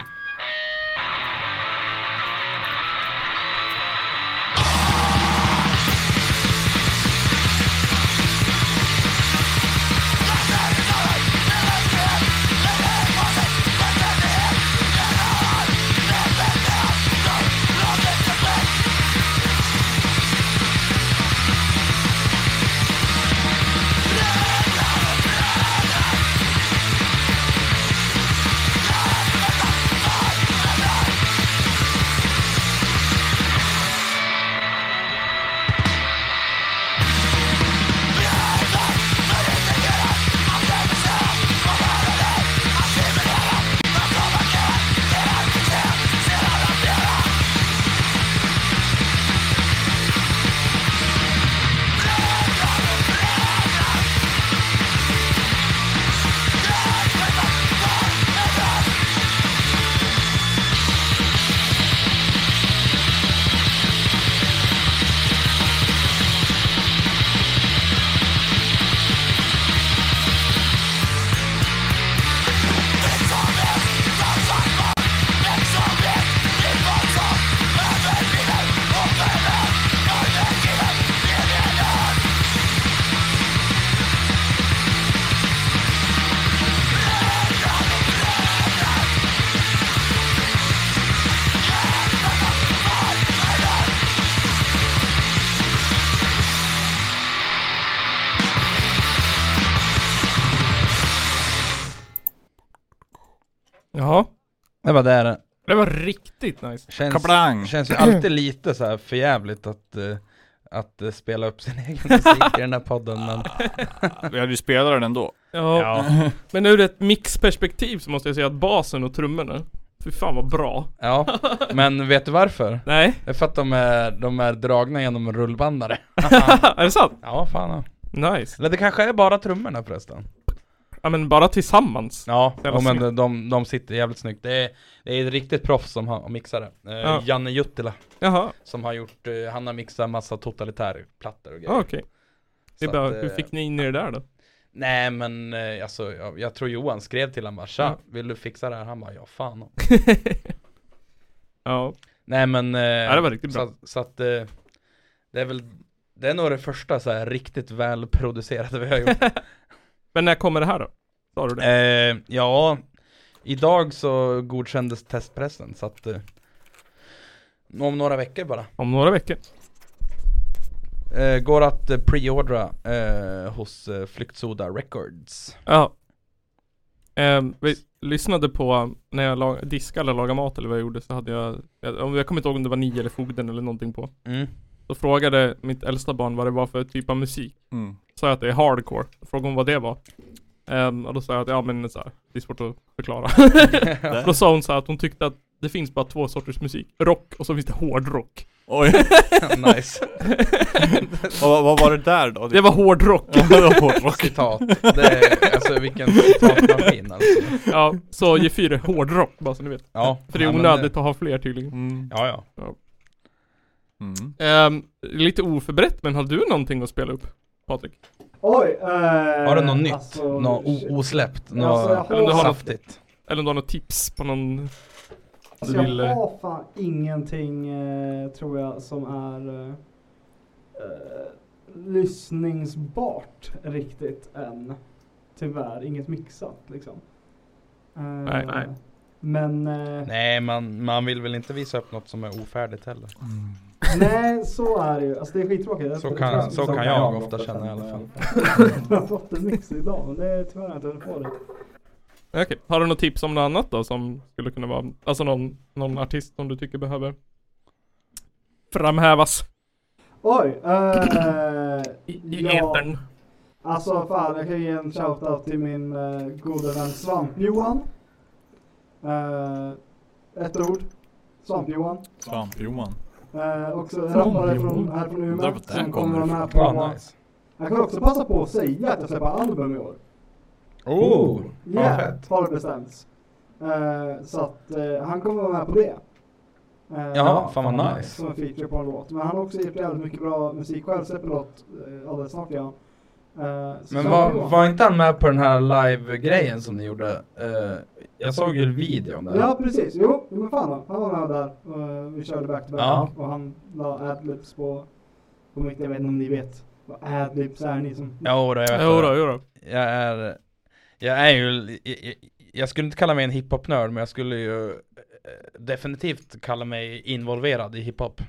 Jaha. Det var där. Det var riktigt nice. Känns, Kaplang. känns ju alltid lite så här förjävligt att, eh, att eh, spela upp sin egen musik i den här podden men... Vi hade ju spelat den ändå. Ja. Ja. Men ur ett mixperspektiv så måste jag säga att basen och trummorna, fy fan vad bra. Ja, men vet du varför? Nej. Det är för att de är, de är dragna genom en rullbandare. är det sant? Ja, fan ja. Nice. Eller det kanske är bara trummorna förresten. Ja men bara tillsammans. Ja, Det är ja men snyggt. de, de, de sitter jävligt snyggt. Det är, det är ett riktigt proffs som har mixar det. Eh, Ja. Janne Juttila. Jaha. Som har gjort, eh, han har mixat massa totalitärplattor och grejer. Ah, okej. Det är Så bara, att, eh, hur fick ni in er där då? Nej men eh, alltså, jag, jag tror Johan skrev till honom bara "Tja, Ja. vill du fixa det här? Han bara ja fan. Ja. Nej men eh, Ja, det var riktigt bra. Så, att- så att eh, det är väl Det är nog det första så här riktigt välproducerade vi har gjort Men när kommer det här då? Sa du det? eh, Ja Idag så godkändes testpressen så att eh, Om några veckor bara Om några veckor. eh, Går att eh, preordra eh, hos eh, Flyktsoda Records Ja. Ehm, vi lyssnade på, um, när jag la- diskade eller lagade mat eller vad jag gjorde så hade jag, jag, om- jag kommer inte ihåg om det var nio eller fogden eller någonting på. Mm. Då frågade mitt äldsta barn vad det var för typ av musik. Mm. Sa jag att det är hardcore. Då frågade hon vad det var. Ehm, och då sa jag att ja men så här, det är svårt att förklara. då sa hon så här att hon tyckte att det finns bara två sorters musik. Rock och så finns det hårdrock. Oj. Nice Och vad, vad var det där då? Det var hårdrock. Ja, det var hårdrock. Citat, det är, alltså vilken citatmaskin alltså Ja, så G4 är hårdrock bara så ni vet. Ja, För det är ja, men eh, onödigt att ha fler tydligen. Mm. Ja ja Mm. Ehm, lite oförberett, men har du någonting att spela upp? Patrik? Oj! Eh, Har du något nytt? alltså, något o- osläppt? Något Alltså, jag Eller om du har något, saftigt? eller om du har något tips på någon Alltså, du vill... jag eh, har fan ingenting eh, tror jag som är eh, eh, lyssningsbart riktigt än. Tyvärr, inget mixat liksom. Eh, Nej, nej. Men eh, Nej, man, man vill väl inte visa upp något som är ofärdigt heller. Mm. nej, så är det ju. Alltså det är skittråkigt. Jag Så tror- kan, jag så tror- kan jag ofta känna i alla fall. eh, Jag har fått en mix idag, men det är tyvärr har jag inte hunnit få det. Okej, har du något tips om något annat då som skulle kunna vara, alltså någon, någon artist som du tycker behöver framhävas? Oj! eh, I ja. etern. Alltså fan, jag kan ge en shoutout till min eh, gode vän Svamp-Johan. Eh, ett ord. Svamp-Johan. Svamp-Johan. Eh, också en Svamp-Johan. rappare från, här från Undrar Umeå vart det här som kommer vara kommer med på. ifrån. Ah, Ah, nice. Jag kan också passa på att säga att jag släpper album i år. Oh! Ja, har det bestämts. Eh, så att eh, han kommer vara med på det. Eh, Jaha, fan vad nice. Som en feature på en låt. Men han har också gjort jävligt mycket bra musik själv, släpper låt eh, alldeles snart igen. Eh, så Men så var, det var inte han med på den här live-grejen som ni gjorde? Eh, jag såg ju videon där. Ja precis, jo jo, men fan han var med där. Eh, vi körde back to back Ja. och han la adlibs på, på mitt, jag vet inte om ni vet vad adlibs är ni som... Jo då, jag vet Jo då, det. jo då. Jag är, jag är ju, jag, jag skulle inte kalla mig en hiphop-nörd men jag skulle ju eh, definitivt kalla mig involverad i hiphop.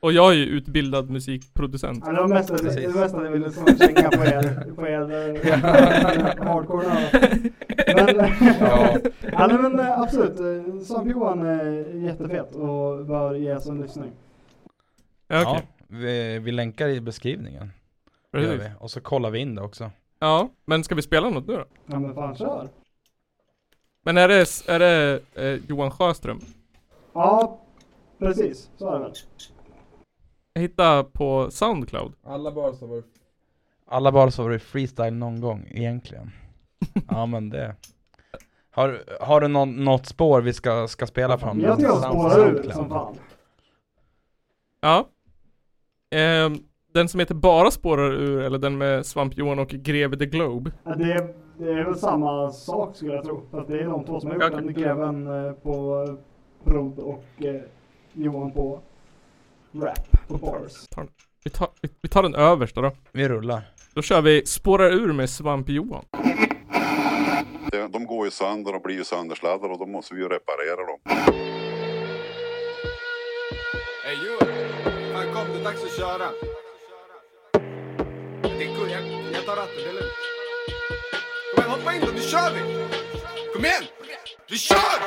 Och jag är ju utbildad musikproducent. Ja, det var mest att det Precis. det var mest att jag ville slå en känga på er, på er eh, hardcore där. Men, eh, Ja. ja, nej, men eh, absolut, eh, Samp-Johan är jättefet och bör ges en lyssning. Ja, okej. vi, vi länkar i beskrivningen. Det Gör Precis. vi. Och så kollar vi in det också. Ja, men ska vi spela något nu då? Ja men fan kör! Men är det, är det eh, Johan Sjöström? Ja, precis, så är det väl. Jag hittade på Soundcloud. Alla bars har varit Alla bars har varit freestyle någon gång egentligen. ja men det. Har, har du någon, något spår vi ska, ska spela från? Jag tycker jag Sound- spårar ur Soundcloud. som fan. Ja. Ehm, den som heter Bara spårar ur, eller den med Svamp-Johan och Greve the Globe. Ja, Det, det är väl samma sak skulle jag tro. För att det är de två som har gjort den. Greven eh, på prod och eh, Johan på rap på bars. Tar- Vi tar, vi, vi tar den översta då. Vi rullar. Då kör vi Spårar ur med Svamp-Johan. Det- De går ju sönder och blir ju söndersladdade och då måste vi ju reparera dem. Hej Joel! Fan kom, det är dags att köra. Det är kul, jag, jag tar ratten, det är lugnt. Kom igen, hoppa in då, nu kör vi! Kom igen! Vi kör!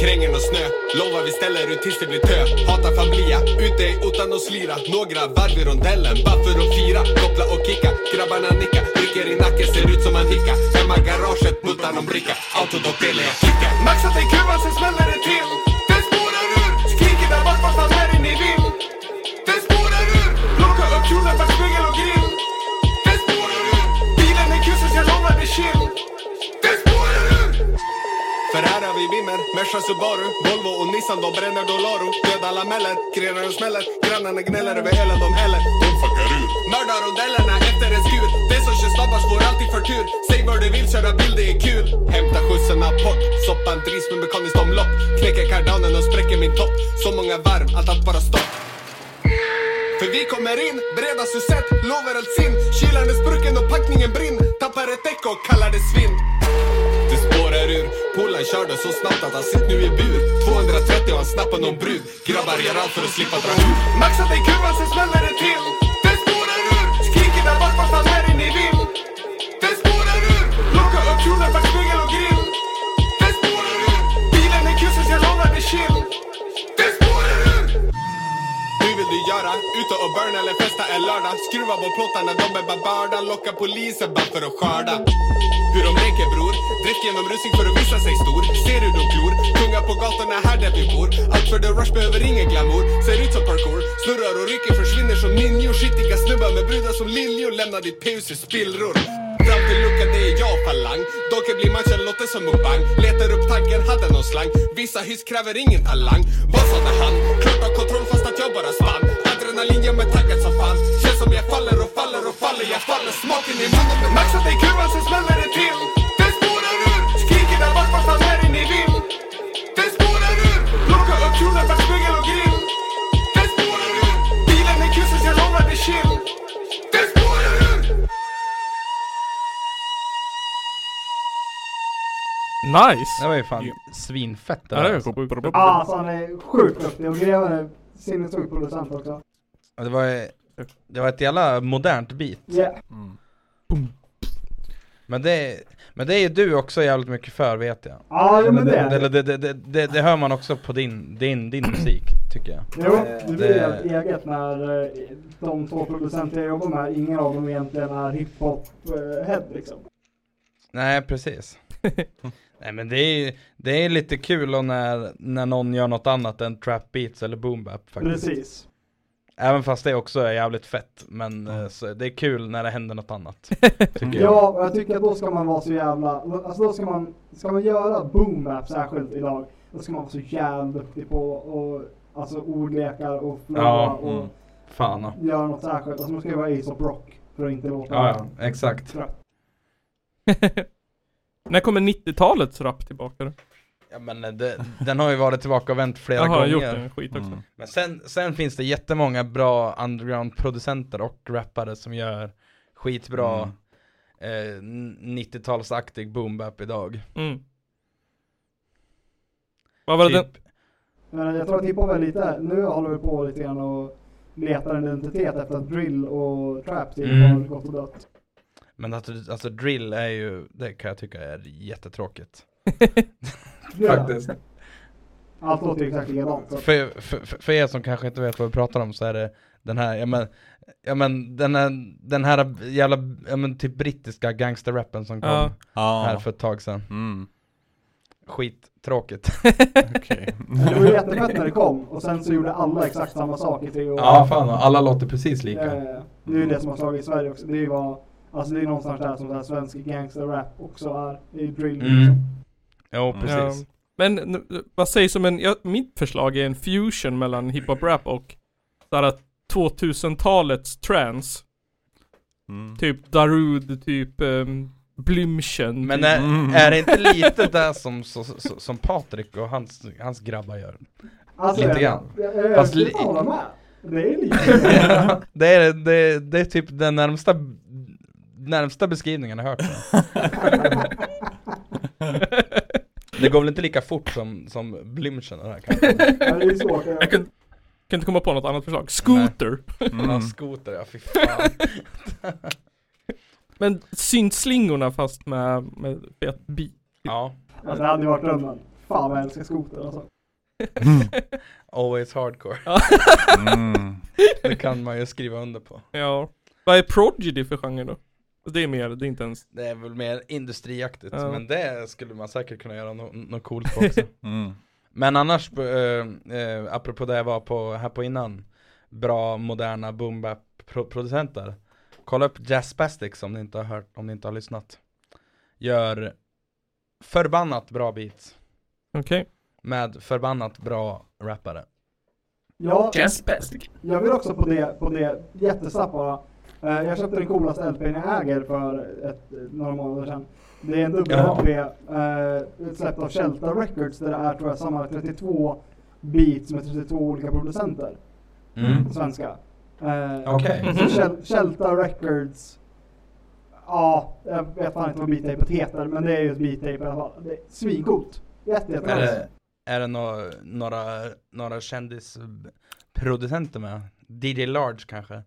Krängen och snö Lovar vi ställer ut tills det blir tö Hatar fan blia Ute i ottan och slira Några varv i rondellen Bara för att fira Koppla och kicka Grabbarna nicka Rycker i nacken Ser ut som Annika Hemma garaget Muttar nån bricka Autodock eller jag klickar Maxat i kuban, sen smäller det till. Den spårar ur, skriker där bak, vad fan är det ni vill? Den spårar ur, plocka upp kjolen, backspegel och grill. Den spårar ur, bilen är kusens, jag lovar det är chill. Den spårar ur! Ferrara vi vinner, Merca Subaru Volvo och Nissan de bränner Dolaro Döda lameller, grenar och smäller Grannarna gnäller över ölen de häller De fuckar ur Mördar rondellerna efter en skur Det som kör snabbast får alltid förtur Säg vad du vill, köra bil, det är kul Hämta skjutsen apport Soppan drivs med mekaniskt omlopp Knäcker kardanen och spräcker min topp Så många varv, allt att bara stopp för vi kommer in, breda susett, lovar allt sin Kylan är sprucken och packningen brinn Tappar ett däck och kallar det svinn det spårar ur, polaren körde så snabbt att han sitter nu i bur 230 och han snappar någon brud Grabbar gör allt för att slippa dra ur Maxat i kuban, sen smäller det till. Den spårar ur, skriker där bak, vad fan är det ni vill? Den spårar ur, plocka upp kjolen, backspegel och grill. Den spårar ur, bilen är kusens, jag lovar det är chill. Den spårar ur! Hur vill du göra? Ute och burna eller festa en lördag? Skruva på plåtarna, de är babörda Locka polisen bara för att skörda Hur de leker bror, drick genom rusning för att visa sig stor Ser hur de glor, kungar på gatorna här där vi bor Allt för the rush behöver ingen glamour Ser ut som parkour, snurrar och rycker försvinner som ninjor Skitiga snubbar med brudar som liljor Lämnar ditt pus i spillror Fram till luckan, det är jag falang Docker blir matchen, låter som mukbang Letar upp tanken, hade någon slang Vissa hyss kräver ingen talang Vad sade han? Klart har kontroll fast att jag bara spann Adrenalin gör mig taggad som fan Känns som jag faller och faller och faller Jag faller smaken i munnen men Maxat i kuban, alltså, sen smäller det till. Den spårar ur, skriker där bak, vad fan är det ni vill? Den spårar ur, plocka upp kjolen, backspegel och grill. Den spårar ur, bilen är kusens, jag lovar det är chill. Den spårar ur! Nice! Det var ju fan svinfett Ja, det där. är alltså. Ja, alltså han är sjukt duktig och Greven är sinnessjuk producent också. Ja, Det var, ju- det var ett jävla modernt beat. Yeah. Men det, men det är ju du också jävligt mycket för vet jag. Ah, Ja, jo, men det är Eller det, det, det, det, det hör man också på din, din, din musik. tycker jag. Jo, det blir Det- helt eget när eh, de två producenter jag jobbar med, ingen av dem egentligen är hiphop-head liksom. Nej, precis. Nej men det är, det är lite kul och när, när någon gör något annat än trap beats eller boom bap faktiskt. Precis. Även fast det också är jävligt fett, men eh, så, det är kul när det händer något annat. tycker jag. Ja, och jag tycker att då ska man vara så jävla, alltså då ska man, ska man göra boom bap särskilt idag, då ska man vara så jävla duktig på och, alltså ordlekar och flowa Ja, och mm. fan. ja. göra något särskilt. Alltså man ska ju vara Ace of Rock för att inte låta Ja, ja, exakt. trött. När kommer 90-talets rap tillbaka då? Ja men eh, det, den har ju varit tillbaka och vänt flera Jaha, jag har gånger. gjort den skit också. Mm. Men sen, sen finns det jättemånga bra underground-producenter och rappare som gör skitbra eh, n- 90-talsaktig boom bap idag. Mm. Vad var det Typ, den? Men jag tror att hiphop är lite, nu håller vi på lite grann och letar en identitet efter att drill och trap typ Mm. har gått och dött. Men att, alltså drill är ju, det kan jag tycka är jättetråkigt. Ja. Faktiskt. Allt låter ju exakt likadant. så att- För, för, för- för er som kanske inte vet vad vi pratar om så är det den här, ja men, ja men den här, den här jävla, ja men typ brittiska gangsterrappen som kom Ja. Ja. Mm. här för ett tag sedan. Skittråkigt. Det var ju jättefett när det kom och sen så gjorde alla exakt samma sak i tre år. Ja, fan, och alla låter precis lika. Ja, ja, ja. Eh, Det är ju det som har slagit i Sverige också. Det är ju vad, alltså det är någonstans där som den här svensk gangsterrap också är. Det är ju drill Mm. liksom. Jo, precis. Ja. Men n- vad sägs om en, ja, mitt förslag är en fusion mellan hiphop-rap och såhär 2000-talets trance. Mm. Typ Darude, typ um, Blümchen. Men typ. är, är det inte lite det som, så, så, som Patrik och hans, hans grabbar gör? Alltså, lite grann. Jag, jag, jag Fast skulle li- fan hålla med. Det är lite. det, är, det, det är typ den närmsta, närmsta beskrivningen jag har hört. det går väl inte lika fort som, som Blümchen och det här kanske? Ja, det är svårt. Jag kan, kan inte komma på något annat förslag. Scooter. Mm. Ja, skoter, ja fy fan. Men syntslingorna fast med, med fet beat. Ja. Alltså, det hade ju varit drömmen. Fan vad jag älskar skoter alltså. Always hardcore. Mm. Det kan man ju skriva under på. Ja. Vad är Prodigy för genre då? Det är mer, det är inte ens. Det är väl mer industriaktigt, Ja. men det skulle man säkert kunna göra något no coolt på också. Mm. Men annars, eh, eh, apropå det jag var på här på innan, bra moderna boom bap pro- producenter. Kolla upp Jazzpastics om ni inte har hört, om ni inte har lyssnat. Gör förbannat bra beats Okej. med förbannat bra rappare. Ja, Jazzplastic. Jag vill också på det, på det jättesnabbt bara. Eh, jag köpte den coolaste LPn jag äger för ett, några månader sedan. Det är en Jaha. dubbel-LP uh, utsläppt av Shelter Records där det är tror jag sammanlagt 32 beats med 32 olika producenter. Mm. Svenska. Uh, Okej. Så Shel- Shelter Records. Ja, jag vet fan inte vad beat-tapet heter men det är ju ett beat-tape i alla fall. Det är svincoolt. Jätte, jätte Är det, är det nå- några, några kändisproducenter med? DJ Large kanske?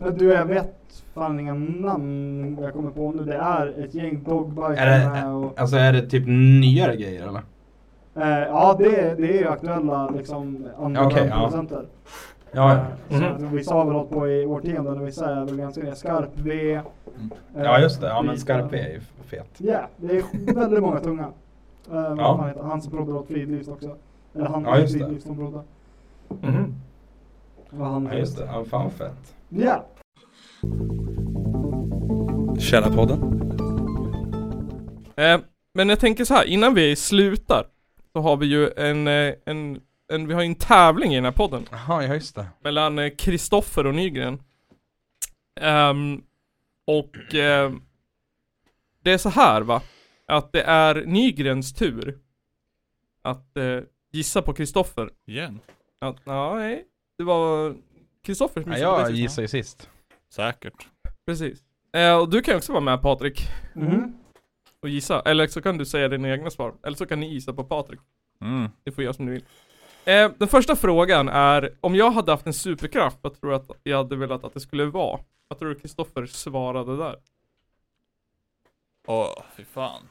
Men Du, jag vet fan inga namn jag kommer på nu. Det är ett gäng dogbiter Är det- med och... Alltså är det typ nyare grejer eller? Eh, ja, det, är- det är ju aktuella liksom andra Okej, ja. producenter. Ja, Eh, ja. så Mhm. att Vissa har väl hållit på i årtionden och vissa är väl ganska nya. Skarp V. Ja just det, ja men Vita. Skarpe är ju fet. Ja, det är väldigt många tunga. Eh, Ja. vad fan heter han som proddar åt Fridlyft också. Eller han Ja, ja, just det. Fridlyft som proddar. Mm. Mhm. Vad han Ja just det, ja, fan vad fett. Ja, Källarpodden. Eh, men jag tänker så här, innan vi slutar så har vi ju en, eh, en, en vi har ju en tävling i den här podden. Jaha, ja just det. Mellan eh, Kristoffer och Nygren. Ehm, och eh, det är så här va, att det är Nygrens tur att eh, gissa på Kristoffer. Igen? Att, ja, nej, det var Kristoffer som Ja, gissade på jag det sist. gissar ju sist. Säkert. Precis. Eh, och du kan ju också vara med Patrik Mhm. och gissa, eller så kan du säga dina egna svar, eller så kan ni gissa på Patrik. Mm. Det får jag som ni vill. Eh, den första frågan är, om jag hade haft en superkraft, vad tror du att jag hade velat att det skulle vara? Vad tror du Kristoffer svarade där? Åh, fy fan.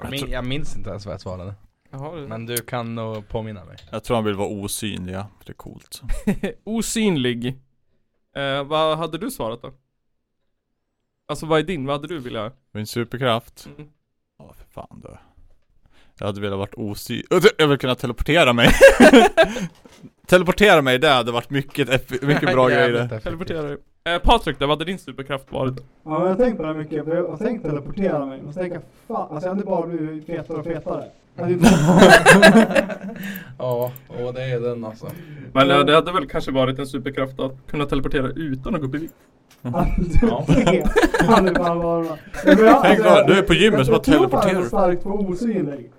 Jag, min, jag minns inte ens vad jag svarade. Men du kan nog påminna mig. Jag tror han vill vara osynlig, ja. Det är coolt. Osynlig. Eh, vad hade du svarat då? Alltså vad är din? Vad hade du velat? Min superkraft. Mm. Ja, för fan du. Jag hade velat varit osynlig. Jag vill kunna teleportera mig. teleportera mig, det hade varit mycket, eff- mycket bra grejer. Jävligt det. Teleportera dig. Eh, Patrik då, vad hade din superkraft varit? Ja, men jag har tänkt på det här mycket. för Jag har tänkt teleportera mig. Men så tänker jag, fan, alltså jag hade bara blivit fetare och fetare. Jag hade inte- Ja, och det är den alltså. Men eh, det hade väl kanske varit en superkraft att kunna teleportera utan att gå upp i vikt? Ja. Han är fan bara- Ja, men jag- Tänk alltså, vad- du är på gymmet jag- så bara Jag tror teleporterar fan du. starkt på osynlig.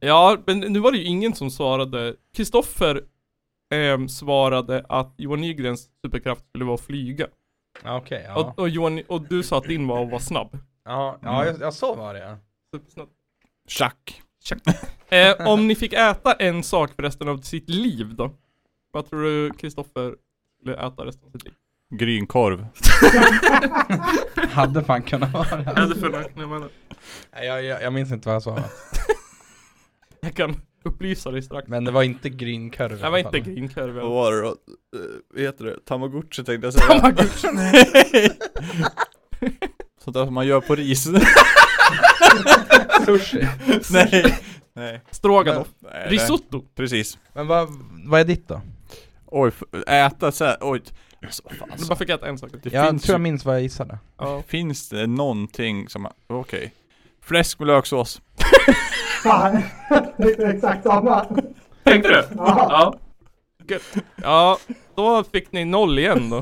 Ja, men nu var det ju ingen som svarade. Kristoffer ehm, svarade att Johan Nygrens superkraft skulle vara att flyga. Ja, Okej, ja. Och, och, Johan, och du sa att din var att vara snabb. Ja, ja jag, jag så var det ja. Supersnabb. Tjack. Eh, om ni fick äta en sak för resten av sitt liv då? Vad tror du Kristoffer skulle äta resten av sitt liv? Grynkorv. Hade fan kunnat vara det. Hade kunnat vara det. Nej, Jag, jag, jag minns inte vad jag sa. Jag kan upplysa dig strax. Men det var inte green curve. i Det var alla inte fall. grynkorv. Vad eller? var det då? Eh, Vad heter det? Tamagotchi tänkte jag säga. Tamagotchi. Nej. Sånt där som man gör på ris. Sushi. Nej. Nej. Stroganoff. Nej, nej. Risotto. Precis. Men vad, vad är ditt då? Oj, f- äta så här, oj. Alltså, vad fan, Du bara fick äta en sak. Det jag finns tror jag ju- minns vad jag gissade. Ja. Finns det någonting som, okej. Fläsk med löksås. Fan, jag tänkte exakt samma. Tänkte du? Ja. Ja. Gött. Ja, då fick ni noll igen då.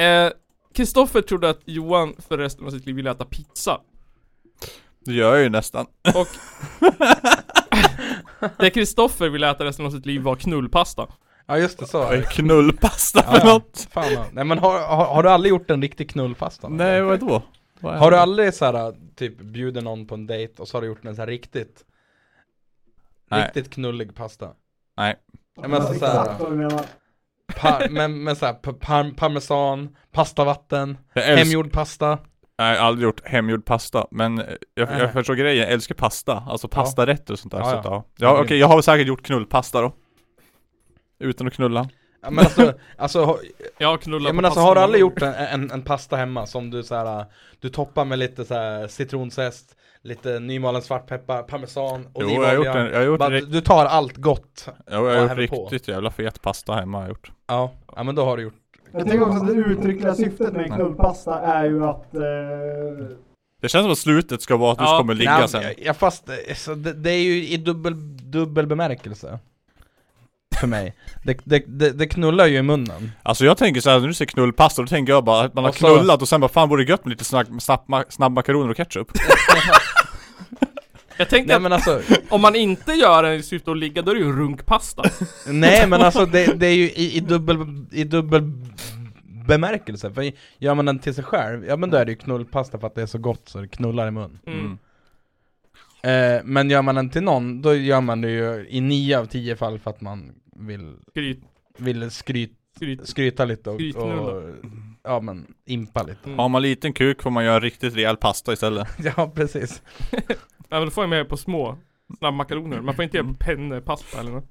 Eh, Kristoffer trodde att Johan för resten av sitt liv ville äta pizza. Det gör jag ju nästan. Och det Kristoffer ville äta resten av sitt liv var knullpasta. Ja just det, så var Oj, det. Knullpasta Ja, för ja. något. Fan, ja. Nej men har, har, har du aldrig gjort en riktig knullpasta? då? Nej, vadå? Vad är Har du det? aldrig såhär typ bjudit någon på en dejt och så har du gjort en såhär riktigt Nej. Riktigt knullig pasta? Nej. Ja, men alltså såhär, Exakt vad du menar. par, men, men såhär pa- par, parmesan, pastavatten, Jag älsk- hemgjord pasta Nej, jag har aldrig gjort hemgjord pasta, men eh, jag, Nej. jag förstår grejen, jag älskar pasta, alltså pastarätter och sånt där Ja, så ja. att, ja. Ja, ja okej, grymt. jag har väl säkert gjort knullpasta då Utan att knulla ja, men alltså, alltså, har- Jag knullar ja, på men alltså pasta. har du aldrig gjort en, en, en pasta hemma som du såhär, du toppar med lite såhär citronzest Lite nymalen svartpeppar, parmesan, jag har olivolja gjort en- jag har gjort Bara en du- rikt- Du tar allt gott Jag har gjort häller på. riktigt jävla fet pasta hemma har jag gjort Ja, ja men då har du gjort Jag tänker också att det uttryckliga syftet med en knullpasta är ju att... Eh, Det känns som att slutet ska vara att du Ja, kommer ligga nej, sen Ja, ja fast eh, så det, det är ju i dubbel, dubbel bemärkelse. För mig. Det, det, det, det knullar ju i munnen. Alltså jag tänker såhär, när du säger knullpasta, då tänker jag bara att man har Och så- knullat och sen bara fan vore det gött med lite snabb, snabb, ma- snabbmakaroner och ketchup Jag tänkte Nej att men alltså, om man inte gör en i syfte att ligga, då är det ju runkpasta. nej men alltså det, det är ju i, i dubbel, i dubbel bemärkelse. För gör man den till sig själv, ja men då är det ju knullpasta för att det är så gott så det knullar i mun. Mm. Eh, men gör man den till någon, då gör man det ju i nio av tio fall för att man vill, Skryt, vill skryt, skryt. skryta lite och, och Skrytknulla. ja men impa lite. Har man liten kuk får man göra riktigt rejäl pasta istället Ja precis. Ja, men då får jag med på små snabbmakaroner. Man får inte Mm. göra pennepasta eller något.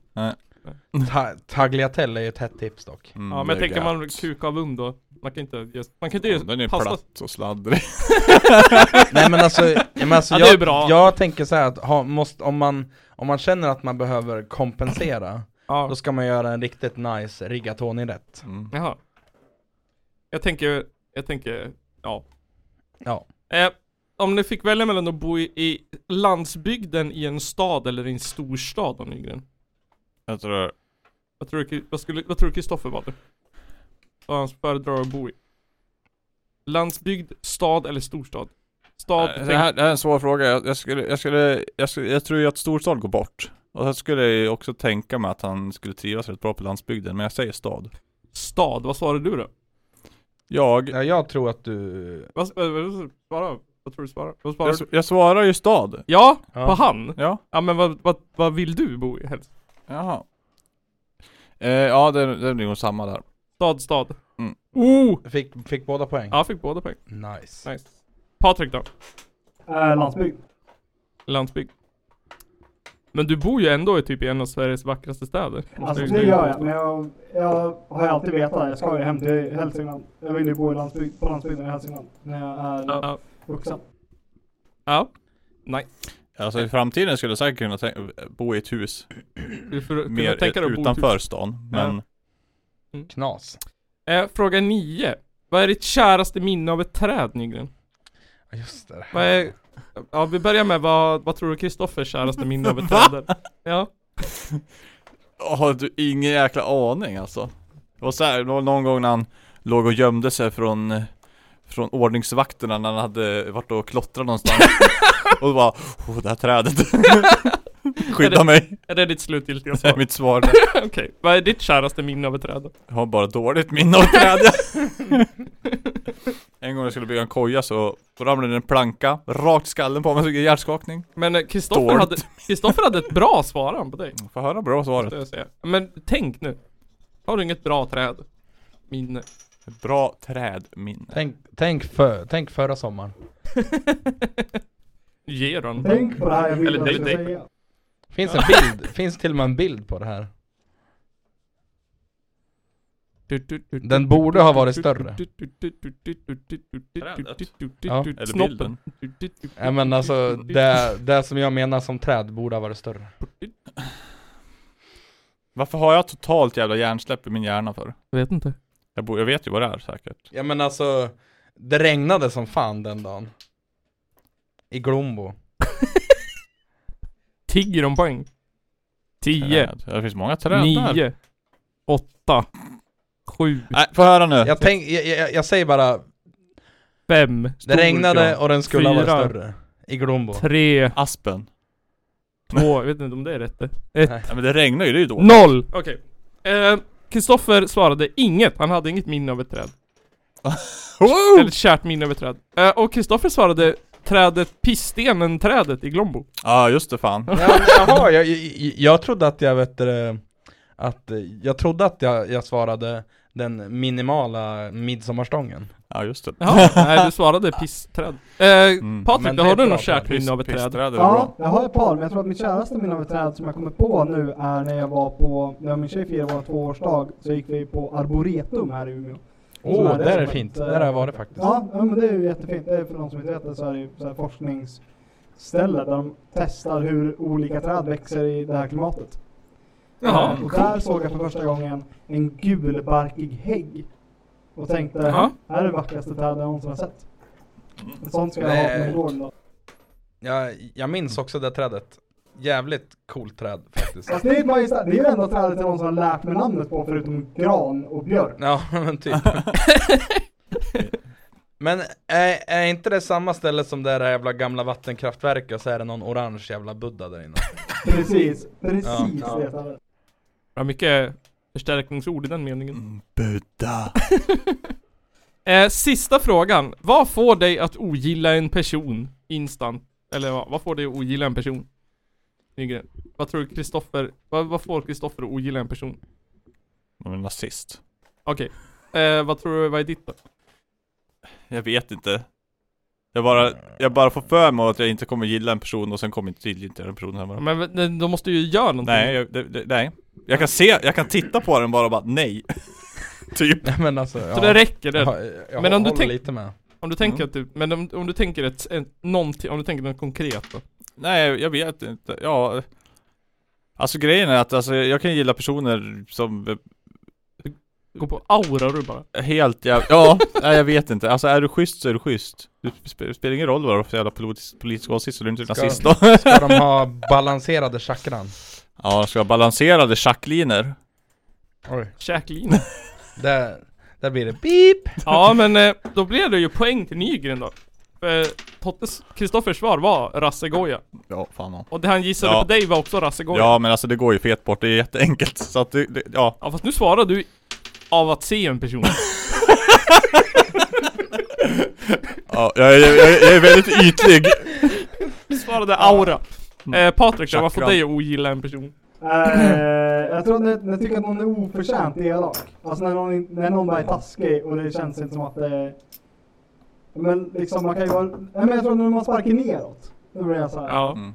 Ta tagliatelle är ju ett hett tips dock. Mm, Ja, men det jag är tänker man gött. kukar av und då. Man kan inte göra, man kan inte Ja, göra Den är pasta. platt och sladdrig Nej men alltså, ja, men alltså Ja, det är jag, bra. jag tänker så här att ha, måste, om, man, om man känner att man behöver kompensera, Ja. då ska man göra en riktigt nice rigatoni-rätt. mm. Jaha. Jag tänker, jag tänker, ja. Ja. Eh, om ni fick välja mellan att bo i, i landsbygden i en stad eller i en storstad då Nygren? Jag tror Vad tror du, vad skulle, vad tror du Kristoffer valde? Vad han föredrar att bo i? Landsbygd, stad eller storstad? Stad, Nej, tänk, Eh, Det här, det här är en svår fråga. Jag, jag, skulle, jag, skulle, jag, skulle, jag tror ju att storstad går bort. Och jag skulle ju också tänka mig att han skulle trivas rätt bra på landsbygden, men jag säger stad. stad, vad svarade du då? Jag, Ja, jag tror att du... Vad, s- vad, vad, svara, vad tror du svarar? Vad svarar jag, du? jag svarar ju stad. Ja, Ja. på han? Ja, Ja men vad, vad, vad vill du bo i helst? jaha. Eh, ja, det, det blir nog samma där. Stad, stad. Mm. Oh! Fick, fick båda poäng? Ja, jag fick båda poäng. Nice. Nice. Patrik då? eh, landsbygd. landsbygd. Men du bor ju ändå i typ i en av Sveriges vackraste städer. Alltså Måste det ju- gör jag, men jag, jag har ju alltid vetat jag ska ju hem till Hälsingland. Jag vill ju bo i landsbygd, på landsbygden i Hälsingland när jag är Ja. vuxen. Ja. Nej. Alltså i framtiden skulle jag säkert kunna tänka, bo i ett hus. Du får kunna Mer tänka dig att bo i typ- ett utanför hus. stan. Ja. Men Knas. Eh, fråga 9. Vad är ditt käraste minne av ett träd Nygren? Ja, Just det. Vad är... Ja vi börjar med vad, vad tror du Kristoffers käraste minne av ett träd är? Ja. har du ingen jäkla aning alltså. Det var, så här, det var någon gång när han låg och gömde sig från, från ordningsvakterna när han hade varit och klottrat någonstans. och då bara, oh, det här trädet. Är Skydda det- mig. Är det ditt slutgiltiga Det svar? är mitt svar. Okej, vad är ditt käraste minne av ett träd? då? Jag har bara dåligt minne av träd. en gång jag skulle bygga en koja så ramlade en planka rakt i skallen på mig, så fick jag hjärtskakning. Men eh, Kristoffer Dåligt. hade, Kristoffer hade ett bra svar han på dig. Får höra bra svaret. måste jag säga. Men tänk nu. Har du inget bra träd? Minne. Bra trädminne. Tänk, tänk, för, tänk förra sommaren. Ge den. Tänk på det här jag vill Eller att du dig, ska dig. säga. Finns en bild, finns till och med en bild på det här. Den borde ha varit större. Ja. Eller Snoppen. Ja, men alltså det, det som jag menar som träd borde ha varit större. Varför har jag totalt jävla hjärnsläpp i min hjärna för? Jag vet inte. Jag, bo, jag vet ju vad det är säkert. Ja men alltså, det regnade som fan den dagen. I Glombo. Tigger de poäng? 10. Träd. Det finns många träd där. 9. 8. 7. Äh. Nej, få höra nu. Jag, tänk, jag, jag, jag säger bara, det 5. regnade och den skulle ha varit större. I Glombo. 3. Aspen. 2. Jag vet inte om det är rätt. 1. Ja, men det regnar ju, det är ju dåligt. Noll! Okej. Eh, Kristoffer svarade inget, han hade inget minne av ett träd. Oh! Eller ett kärt minne av ett träd. Eh, och Kristoffer svarade trädet, pissstenen-trädet i Glombo. Ja just det fan. Ja, men Jaha, jag, jag, jag trodde att jag vet du det, att eh, jag trodde att jag, jag svarade den minimala midsommarstången. Ja just det. Jaha, nej du svarade pissträd. Eh, Patrik, Men då det är har du bra något kärt träd. minne av ett träd? Pissträd är Ja, bra. jag har ett par, men jag tror att mitt käraste minne av ett träd som jag kommer på nu är när jag var på, när min tjej firade vår tvåårsdag, så gick vi på Arboretum här i Umeå. Åh, Så där är som det fint. eh, Där har jag varit faktiskt. Ja, ja, men det är ju jättefint. Det är för de som inte vet det så är det ju så här forskningsställe där de testar hur olika träd växer i det här klimatet. Jaha. Eh, och där såg jag för första gången en gulbarkig hägg. Och tänkte, Jaha. här är det vackraste trädet jag någonsin har sett. Ett sånt ska jag ha på Mm. Nej. min gård då. Jag, jag minns också det trädet. Jävligt coolt träd faktiskt. Fast det är, bara, just- det är ju det enda trädet jag någonsin har lärt mig namnet på förutom gran och björk. Ja, men typ. men är, är inte det samma ställe som det där jävla gamla vattenkraftverket och så är det någon orange jävla buddha där inne? Precis, precis Ja. det trädet. Ja, mycket förstärkningsord i den meningen. Buddha. Eh, sista frågan. Vad får dig att ogilla en person instant? Eller vad, vad får dig att ogilla en person? Nygren. Vad tror du Kristoffer, vad, vad får Kristoffer att ogilla en person? De är nazist. Okej. Eh, vad tror du, vad är ditt då? Jag vet inte. Jag bara, jag bara får för mig att jag inte kommer gilla en person och sen kommer inte gilla inte den personen hemma. Men v- de måste ju göra någonting. Nej, jag, det, det, nej. Jag kan se, jag kan titta på den bara och bara nej. typ. Nej men alltså, ja. Så det räcker det. Jag, jag Men om du håller tänk- lite med. Om du tänker Mm. att du, men om, om du tänker ett, ett någonting, om du tänker något konkret Typ. då. Nej, jag vet inte. Ja. Alltså grejen är att alltså, jag kan gilla personer som Gå på aura du bara. är helt jävla... Ja, nej, jag vet inte. Alltså är du schysst så är du schysst. Det sp- spelar ingen roll vad du har för jävla politisk, politisk åsikt så du är inte Ska- nazist då. Ska de ha balanserade chakran? Ja, ska ha balanserade schackliner. Oj. Käklina. Där, där blir det beep! ja men eh, då blev det ju poäng till Nygren då. För Tottes, Kristoffers svar var rassegoja. Ja, fan ja. Och det han gissade Ja. på dig var också rassegoja. Ja men alltså det går ju fet bort, det är jätteenkelt. Så att det, det ja. Ja fast nu svarar du av att se en person. ja jag, jag, jag, jag är väldigt ytlig. Du svarade aura. Eh, Patrik då, vad får Chakran. dig att ogilla en person? Eh, jag tror att när, när jag tycker att någon är oförtjänt elak. Alltså när någon, när någon bara är taskig och det känns inte som att det Men liksom man kan ju vara... Nej men jag tror att när man sparkar neråt. Då blir jag så här. Ja. Mm.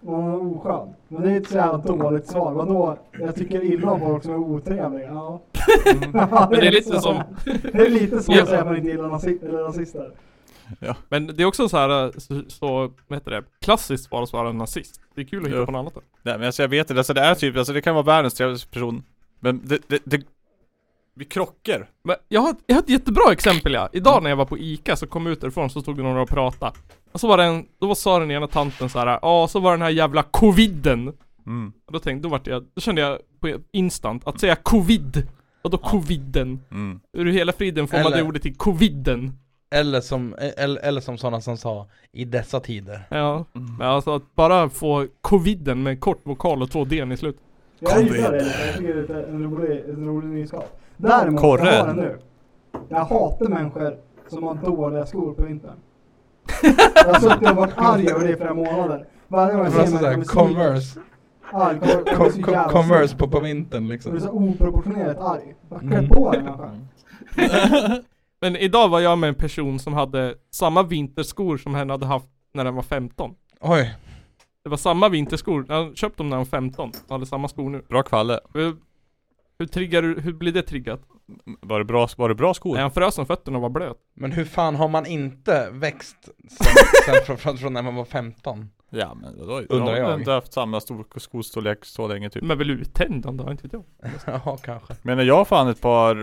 Man är oskön. Men det är ett så jävla dåligt svar. Vadå? Jag tycker illa om folk som är otrevliga. Ja. Ja, Mm. Men det är lite så. som... Det är lite som Ja. att säga att man inte gillar nazi- eller rasister. Men det är också så här, eh, så, så vad heter det, klassiskt bara att svara nazist. Det är kul att hitta Jo. på något annat. då. Nej men alltså jag vet inte, alltså det är typ, alltså det kan vara världens trevligaste person Men det, det, det Vi krockar Men jag har, jag har ett jättebra exempel ja. Idag när jag var på Ica så kom jag ut därifrån så stod det några och pratade. Och så var det en, då sa den ena tanten så här, ja så var den här jävla coviden. Mm. Och då tänkte, då vart jag, då kände jag på instant att säga covid. Och då coviden. Mm. Ur hela friden får man Eller- det ordet till coviden. Eller som, eller, eller som sådana som sa, i dessa tider. Ja, Mm. men alltså att bara få coviden med kort vokal och två d i slut. Jag gillar det. lite. Jag tycker det är lite en rolig, en rolig nyskap. Däremot, Korre. jag har den nu. Jag hatar människor som har dåliga skor på vintern. Jag har suttit och varit arg över det i flera månader. Varje gång jag ser Alltså människor såhär, med Converse. Ja, det kommer- det kommer så Co- co- jävla Converse snabbt. på, på Jag vintern blir så liksom. oproportionerligt arg. Vad klär Mm. på dig människa? Men idag var jag med en person som hade samma vinterskor som hen hade haft när den var 15. Oj. Det var samma vinterskor, han köpte dem när han var 15 och hade samma skor nu. Bra kvalle Hur, hur triggar du, hur blir det triggat? Var det bra, var det bra skor? Nej han frös om fötterna och var blöt. Men hur fan har man inte växt sen, sen från, från, från när man var 15? Ja men då, då, Undrar har jag. jag inte haft samma stor skostorlek så länge typ Men väl uttänd om det, inte vet jag. ja, kanske. Men när jag har fan ett par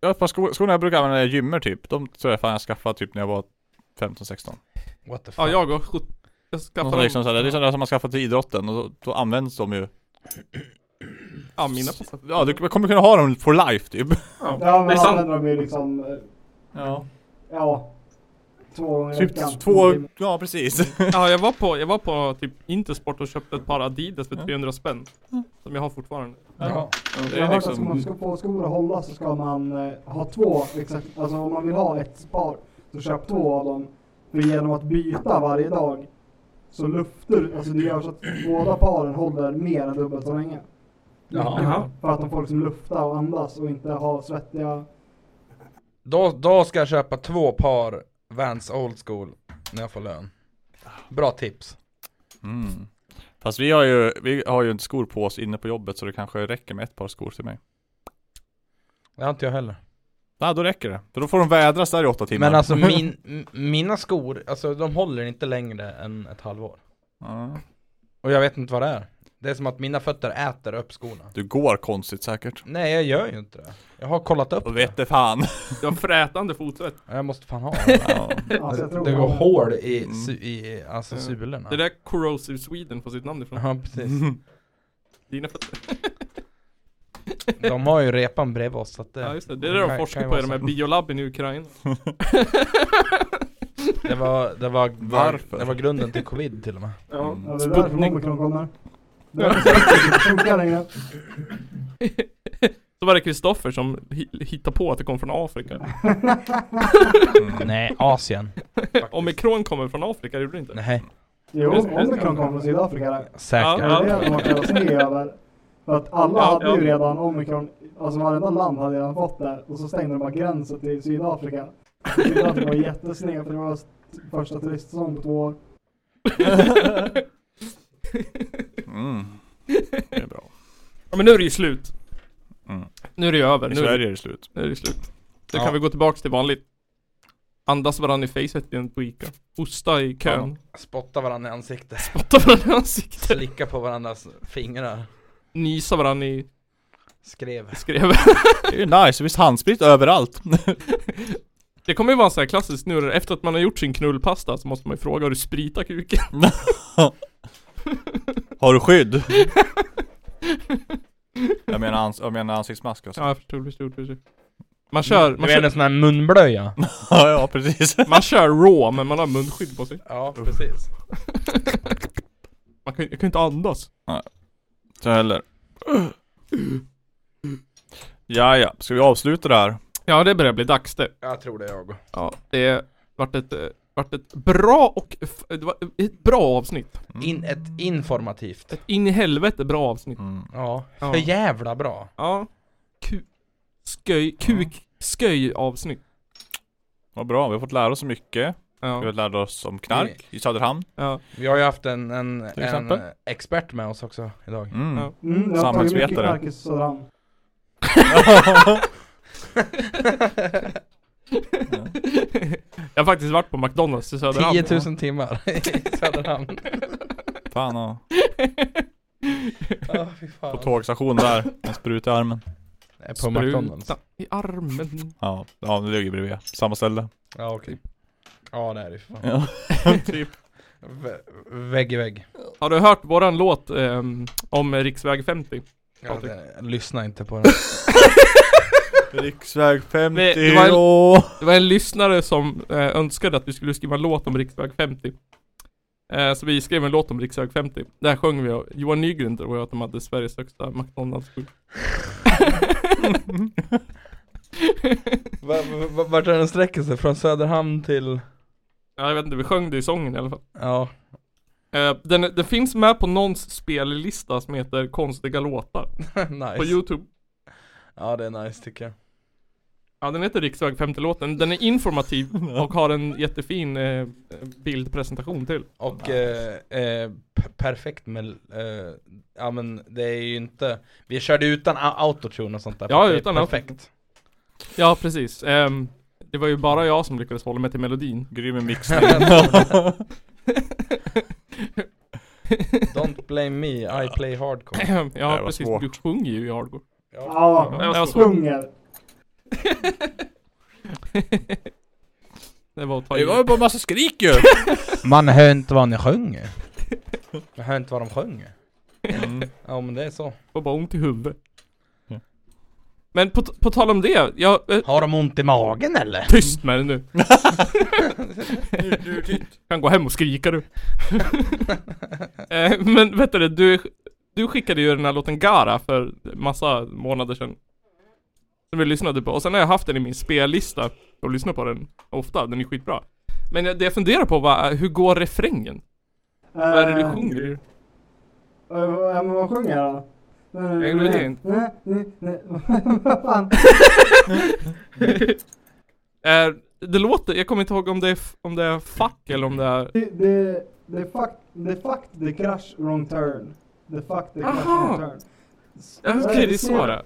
Jag har ett par skor, skorna jag brukar använda när jag gymmar typ De tror jag fan jag skaffade typ när jag var 15-16 What the fuck? Ja jag går sjut- Jag skaffade Och så dem. liksom så här, Det är liksom det som man skaffar till idrotten och då, då används de ju Ja mina passar. Ja du kommer kunna ha dem for life typ Ja, Det är men sant. använder de ju liksom... eh, Ja Ja. Två gånger i Typ veckan. två, ja precis Ja jag var på, jag var på typ Intersport och köpte ett par Adidas för 300 spänn. Som jag har fortfarande. Ja. Det Jag är har hört att om liksom man ska få skor att hålla så ska man eh, ha två, exakt, alltså om man vill ha ett par så köp två av dem. För genom att byta varje dag så lufter, alltså det gör så att båda paren håller mer än dubbelt så länge. Jaha. Jaha. För att de får liksom lufta och andas och inte ha svettiga... Då, då ska jag köpa två par Vans Old School när jag får lön. Bra tips. mm. Fast vi har ju, vi har ju inte skor på oss inne på jobbet så det kanske räcker med ett par skor till mig Det har inte jag heller. Nej då räcker det, för då får de vädras där i åtta timmar Men alltså min, m- mina skor, alltså de håller inte längre än ett halvår. Ja. Och jag vet inte vad det är. Det är som att mina fötter äter upp skorna. Du går konstigt säkert Nej jag gör ju inte det. Jag har kollat upp Och vet det fan Jag har frätande fotsvett. Ja, Jag måste fan ha ja. Alltså, jag det. tror Det går att- hål i, su- i alltså sulorna. Mm. Det där Corrosive Sweden får sitt namn ifrån. Ja precis. Dina fötter. De har ju repan bredvid oss så att det, Ja just det, det är det kan- de kan forskar ju på vara i de här så. biolabben i Ukraina. Det var, det var, Varför? Det var grunden till covid till och med. Ja, det är därför Sputnik. omikron kommer. Det är därför det funkar längre. Så var det Kristoffer som hi- hittade på att det kom från Afrika. Nej, Asien. Omikron kommer från Afrika, det gjorde det inte? Nej, Jo, Just- just- omikron kom från Sydafrika. där. säkert. Det är det de har kallat sned över. För att alla Ja, hade ju ja. redan omikron, alltså varenda land hade redan fått det och så stängde de bara gränsen till Sydafrika. Sydafrika var jättesned för det var st- första turistsäsongen på två år. mm. Det är bra Ja men nu är det ju slut. Mm. Nu är det ju över. I Nu är det, Sverige är det slut nu är det slut. Nu Ja. kan vi gå tillbaks till vanligt. Andas varandra i facet igen på Ica. Hosta i kön. Spotta varandra i ansiktet. Spotta varandra i ansiktet. Slicka på varandras fingrar. Nysa varandra i Skrev. skrev. Det är ju nice, visst handsprit överallt Det kommer ju vara så här klassiskt nu då. efter att man har gjort sin knullpasta så måste man ju fråga har du spritat kuken? Har du skydd? jag, menar ans- jag menar ansiktsmask alltså. Ja jag förstod, förstod, förstod. Mm. Man kör, man Du är kör, en sån här munblöja. ja, ja precis man kör raw men man har munskydd på sig. Ja, precis. Man kan, jag kan inte andas. Så heller Ja, ja. ska vi avsluta det här? Ja det börjar bli dags det. Jag tror det jag. Ja, det vart ett, eh, vart ett bra och, f- det var ett bra avsnitt. In, ett informativt. Ett in i helvete bra avsnitt. Ja, Ja. för jävla bra. Ja. Ku, sköj, kuk, sköj avsnitt. Vad bra, vi har fått lära oss så mycket Ja. Vi lärde oss om knark i Söderhamn. Ja. Vi har ju haft en, en, Till exempel. en expert med oss också idag. Mm. Ja. Mm, jag har tagit mycket knark i Söderhamn. Jag har faktiskt varit på McDonalds i Söderhamn 10 000 timmar i Söderhamn. Fan ja. Ja, fy fan. På tågstationen där, en spruta i armen. Nej, på Spruta. McDonalds. i armen Ja, ja det ligger bredvid. Samma ställe. Ja okej. Ja det är det ju för fan. Ja, typ. Vä- vägg i vägg. Har du hört våran låt ehm, om riksväg 50? Ja, Patrik? det, lyssna inte på den. Riksväg 50 Det, det, var en, och... det var en lyssnare som eh, önskade att vi skulle skriva en låt om riksväg 50. Eh, så vi skrev en låt om riksväg 50. Där sjöng vi, och Johan Nygren tror jag att de hade Sveriges högsta McDonalds skylt. Va- va- va- Vart är den sträcker sig? Från Söderhamn till... Ja, jag vet inte, vi sjöng det i sången i alla fall. Ja. Eh, den, den finns med på någons spellista som heter Konstiga låtar. nice. På Youtube. Ja det är nice tycker jag. Ja, den heter Riksväg 50-låten. Den är informativ och har en jättefin eh, bildpresentation till. Och eh, eh, p- perfekt med, eh, ja men det är ju inte, vi körde utan a- autotune och sånt där. Ja, Det är utan perfekt. autotune. Ja, precis. Ehm, det var ju bara jag som lyckades hålla mig till melodin. Grym mixning. Don't blame me, I play hardcore. ja, precis. Du sjunger ju i hardcore. Ja, det var jag svårt. sjunger. Det var att ta Det i. var ju bara massa skrik ju! Man hör inte vad ni sjunger. Man hör inte vad de sjunger. Ja men det är så. Och bara ont i huvudet. Men på, på tal om det, jag... Har de ont i magen eller? Tyst med det nu! Nu- nu är det tyst. kan gå hem och skrika du. eh, men vet du, det, du, du skickade ju den här låten Gara för massa månader sedan. Som vi lyssnade på, och sen har jag haft den i min spellista och lyssnar på den ofta, den är skitbra. Men det jag funderar på var, eh, hur går refrängen? Vad är det du Eh, sjunger i? eh, Ja men vad sjunger jag då? Jag vet inte. Nej, nej, nej. Vad fan? Eh, det låter, jag kommer inte ihåg om det är, f- om det är fuck eller om det är... Det- Det det fuck, det fuck the crash wrong turn. The fuck the crash Aha. wrong turn. S- Ja, Okej, det är så det är.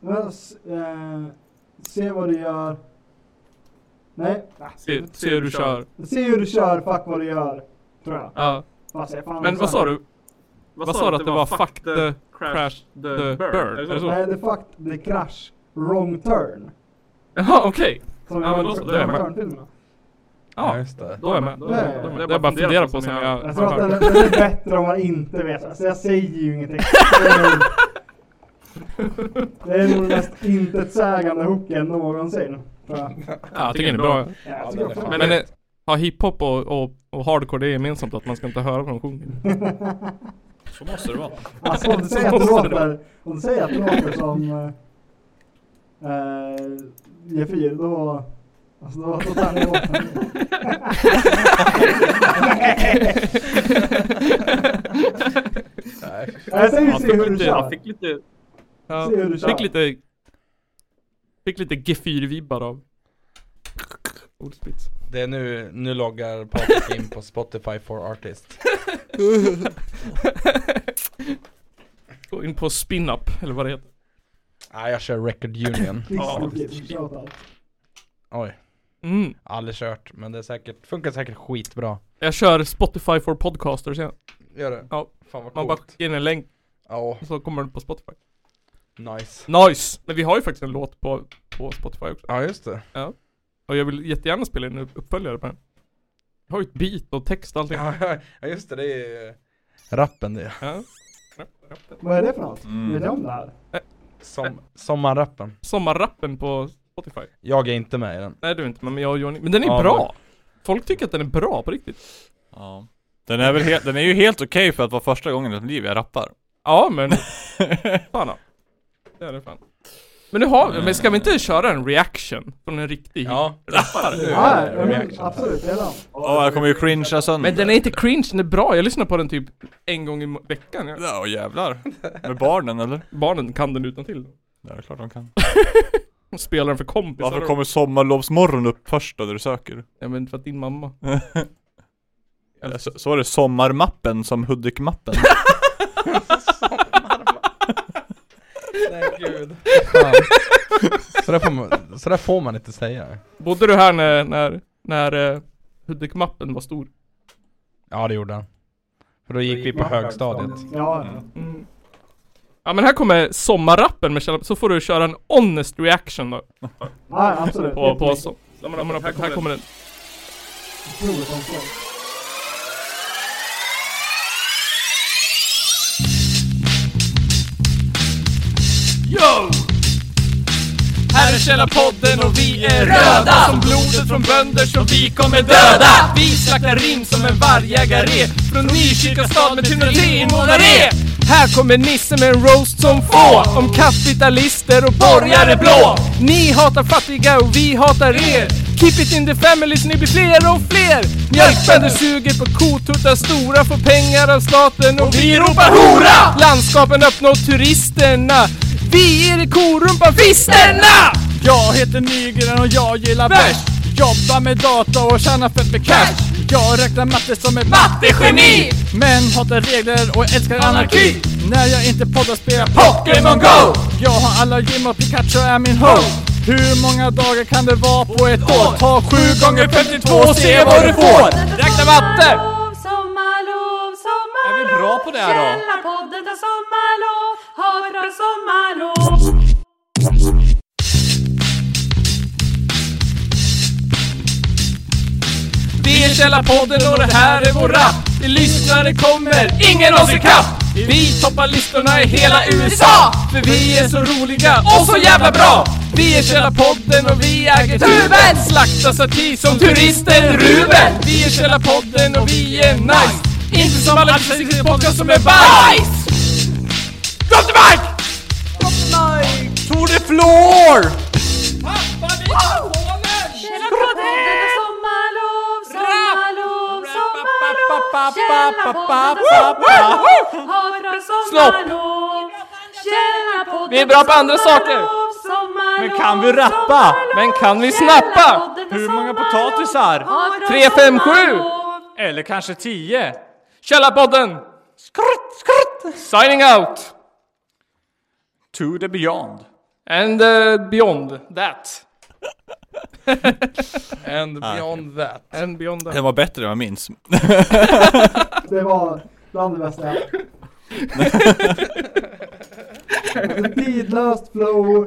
Ja, s- eh, Se vad du gör. Nej. ah, Se, se hur du kör. Se hur du kör, fuck vad du gör. Tror jag. Ja. Fast jag fan Men också- vad sa du? Vad sa du att det var? Fuck the crash the bird? Alltså, Är Nej, det så? the fuck the crash wrong turn. Jaha, okej. Som Ja, jag men då har så, i då är jag Wrong med. Turn-filmerna. Ja, just det. Då är jag med. Då är jag med. Det är bara att fundera på som jag... Jag tror att den, den är bättre om man inte vet. Alltså jag säger ju ingenting. Det är nog- Det är nog den mest intetsägande hooken någonsin. tror jag. Ja, jag tycker den är bra. Ja, jag tycker den är fan Men eh, har hiphop och, och, och hardcore det gemensamt att man ska inte höra vad de sjunger? Så måste det vara. Alltså om du säger att det låter, om du säger att det låter som eh, eh, G4 då, alltså då, då tar ni åt mig. Nej. Jag säger se hur du lite- kör. Fick lite... Ja, Se hur du kör. fick lite... Fick lite G4-vibbar av... Ordspits. Det är nu, nu loggar Patrik in på Spotify for Artist. Gå in på spin-up, eller vad det heter. Nej jag kör Record Union. Shoutout. Oj. Mm. Aldrig kört, men det är säkert, funkar säkert skitbra. Jag kör Spotify for podcasters igen. Gör det? Ja. Fan vad Man bara skickar in en länk Ja, och så kommer den på Spotify. nice. Nice! Men vi har ju faktiskt en låt på, på Spotify också. Ja just det. Ja. Och jag vill jättegärna spela in en uppföljare på den. Jag har ju ett beat och text och allting. Ja. Ja just det, det är ju rappen det. Vad är det för något? Mm. Vet jag om det här? Som, sommarrappen. Sommarrappen på Spotify. Jag är inte med i den. Nej du är inte men jag och Johnny. Men den är Ja, bra! Folk tycker att den är bra på riktigt. Ja. Den är, väl helt, den är ju helt okej för att vara första gången i mitt liv jag rappar. Ja men, fan ja. Det är det fan. Men nu har men ska vi inte köra en reaction? Från en riktig Ja. rappare? Ja, ja, men absolut, det är det. Ja, jag kommer ju cringea sönder. Men den är inte cringe, den är bra. Jag lyssnar på den typ en gång i må- veckan. Jag, Ja, jävlar. Med barnen eller? barnen kan den utan till. Ja, det är klart de kan. Spelaren för kompisar. Varför kommer sommarlovsmorgon upp först då, när du söker? Ja men för att din mamma. Eller Så, så är det sommarmappen som Hudik-mappen. Nej gud. Så där får man, så där får man inte säga. Bodde du här när, när, när eh, Hudik-mappen var stor? Ja det gjorde han. För då gick vi på högstadiet. Ja. Mm. Ja men här kommer sommarrappen med Kjell, så får du köra en honest reaction då. Ja, absolut. På, på så. Sommarrappen, Här kommer den. Yo! Här är Källarpodden och vi är röda Som blodet från bönder så vi kommer döda Vi slaktar rim som en vargjägare Från Nykyrka stad med 103 invånare Här kommer Nisse med en roast som få Om kapitalister och borgare blå Ni hatar fattiga och vi hatar er Keep it in the family så ni blir fler och fler Mjölkbönder suger på kotuttar stora Får pengar av staten och vi ropar hora! Landskapen öppnar åt turisterna Vi är det korumpa fisterna! Jag heter Nygren och jag gillar bärs Jobbar med data och tjänar fett med cash Jag räknar matte som ett mattegeni Men hatar regler och älskar anarki När jag inte poddar spelar jag Pokémon Go Jag har alla gym och Pikachu är min host Hur många dagar kan det vara på ett år? Ta 7 gånger 52 och se vad du får! Räkna matte! Sommarlov, sommarlov. Är vi bra på det här då? Källarpodden tar sommarlov. Har ett bra sommarlov. Vi är Källarpodden och det här är vår rap Ni lyssnare kommer ingen oss ikapp Vi toppar listorna i hela USA För vi är så roliga och så jävla bra Vi är Källarpodden och vi äger tuben Slaktar satir som turisten Ruben Vi är Källarpodden och vi är nice Inte som alla andra podcast som är bajs Drop the mic! Tour de Floor! Källarpodden tar sommarlov. Sommarlov, sommarlov. Källarpodden tar sommarlov. Har ett bra Slopp. sommarlov. Källarpodden Vi är bra på tar andra saker. sommarlov, sommarlov. Men kan vi rappa? Men kan vi snappa? Hur många potatisar? Tre, fem, sju! Eller kanske tio? Källarpodden! Signing out! To the beyond. And uh, beyond that. And Ah. beyond that. And beyond that. Den var bättre än vad jag minns. Det var bland det bästa. Ett Tidlöst flow.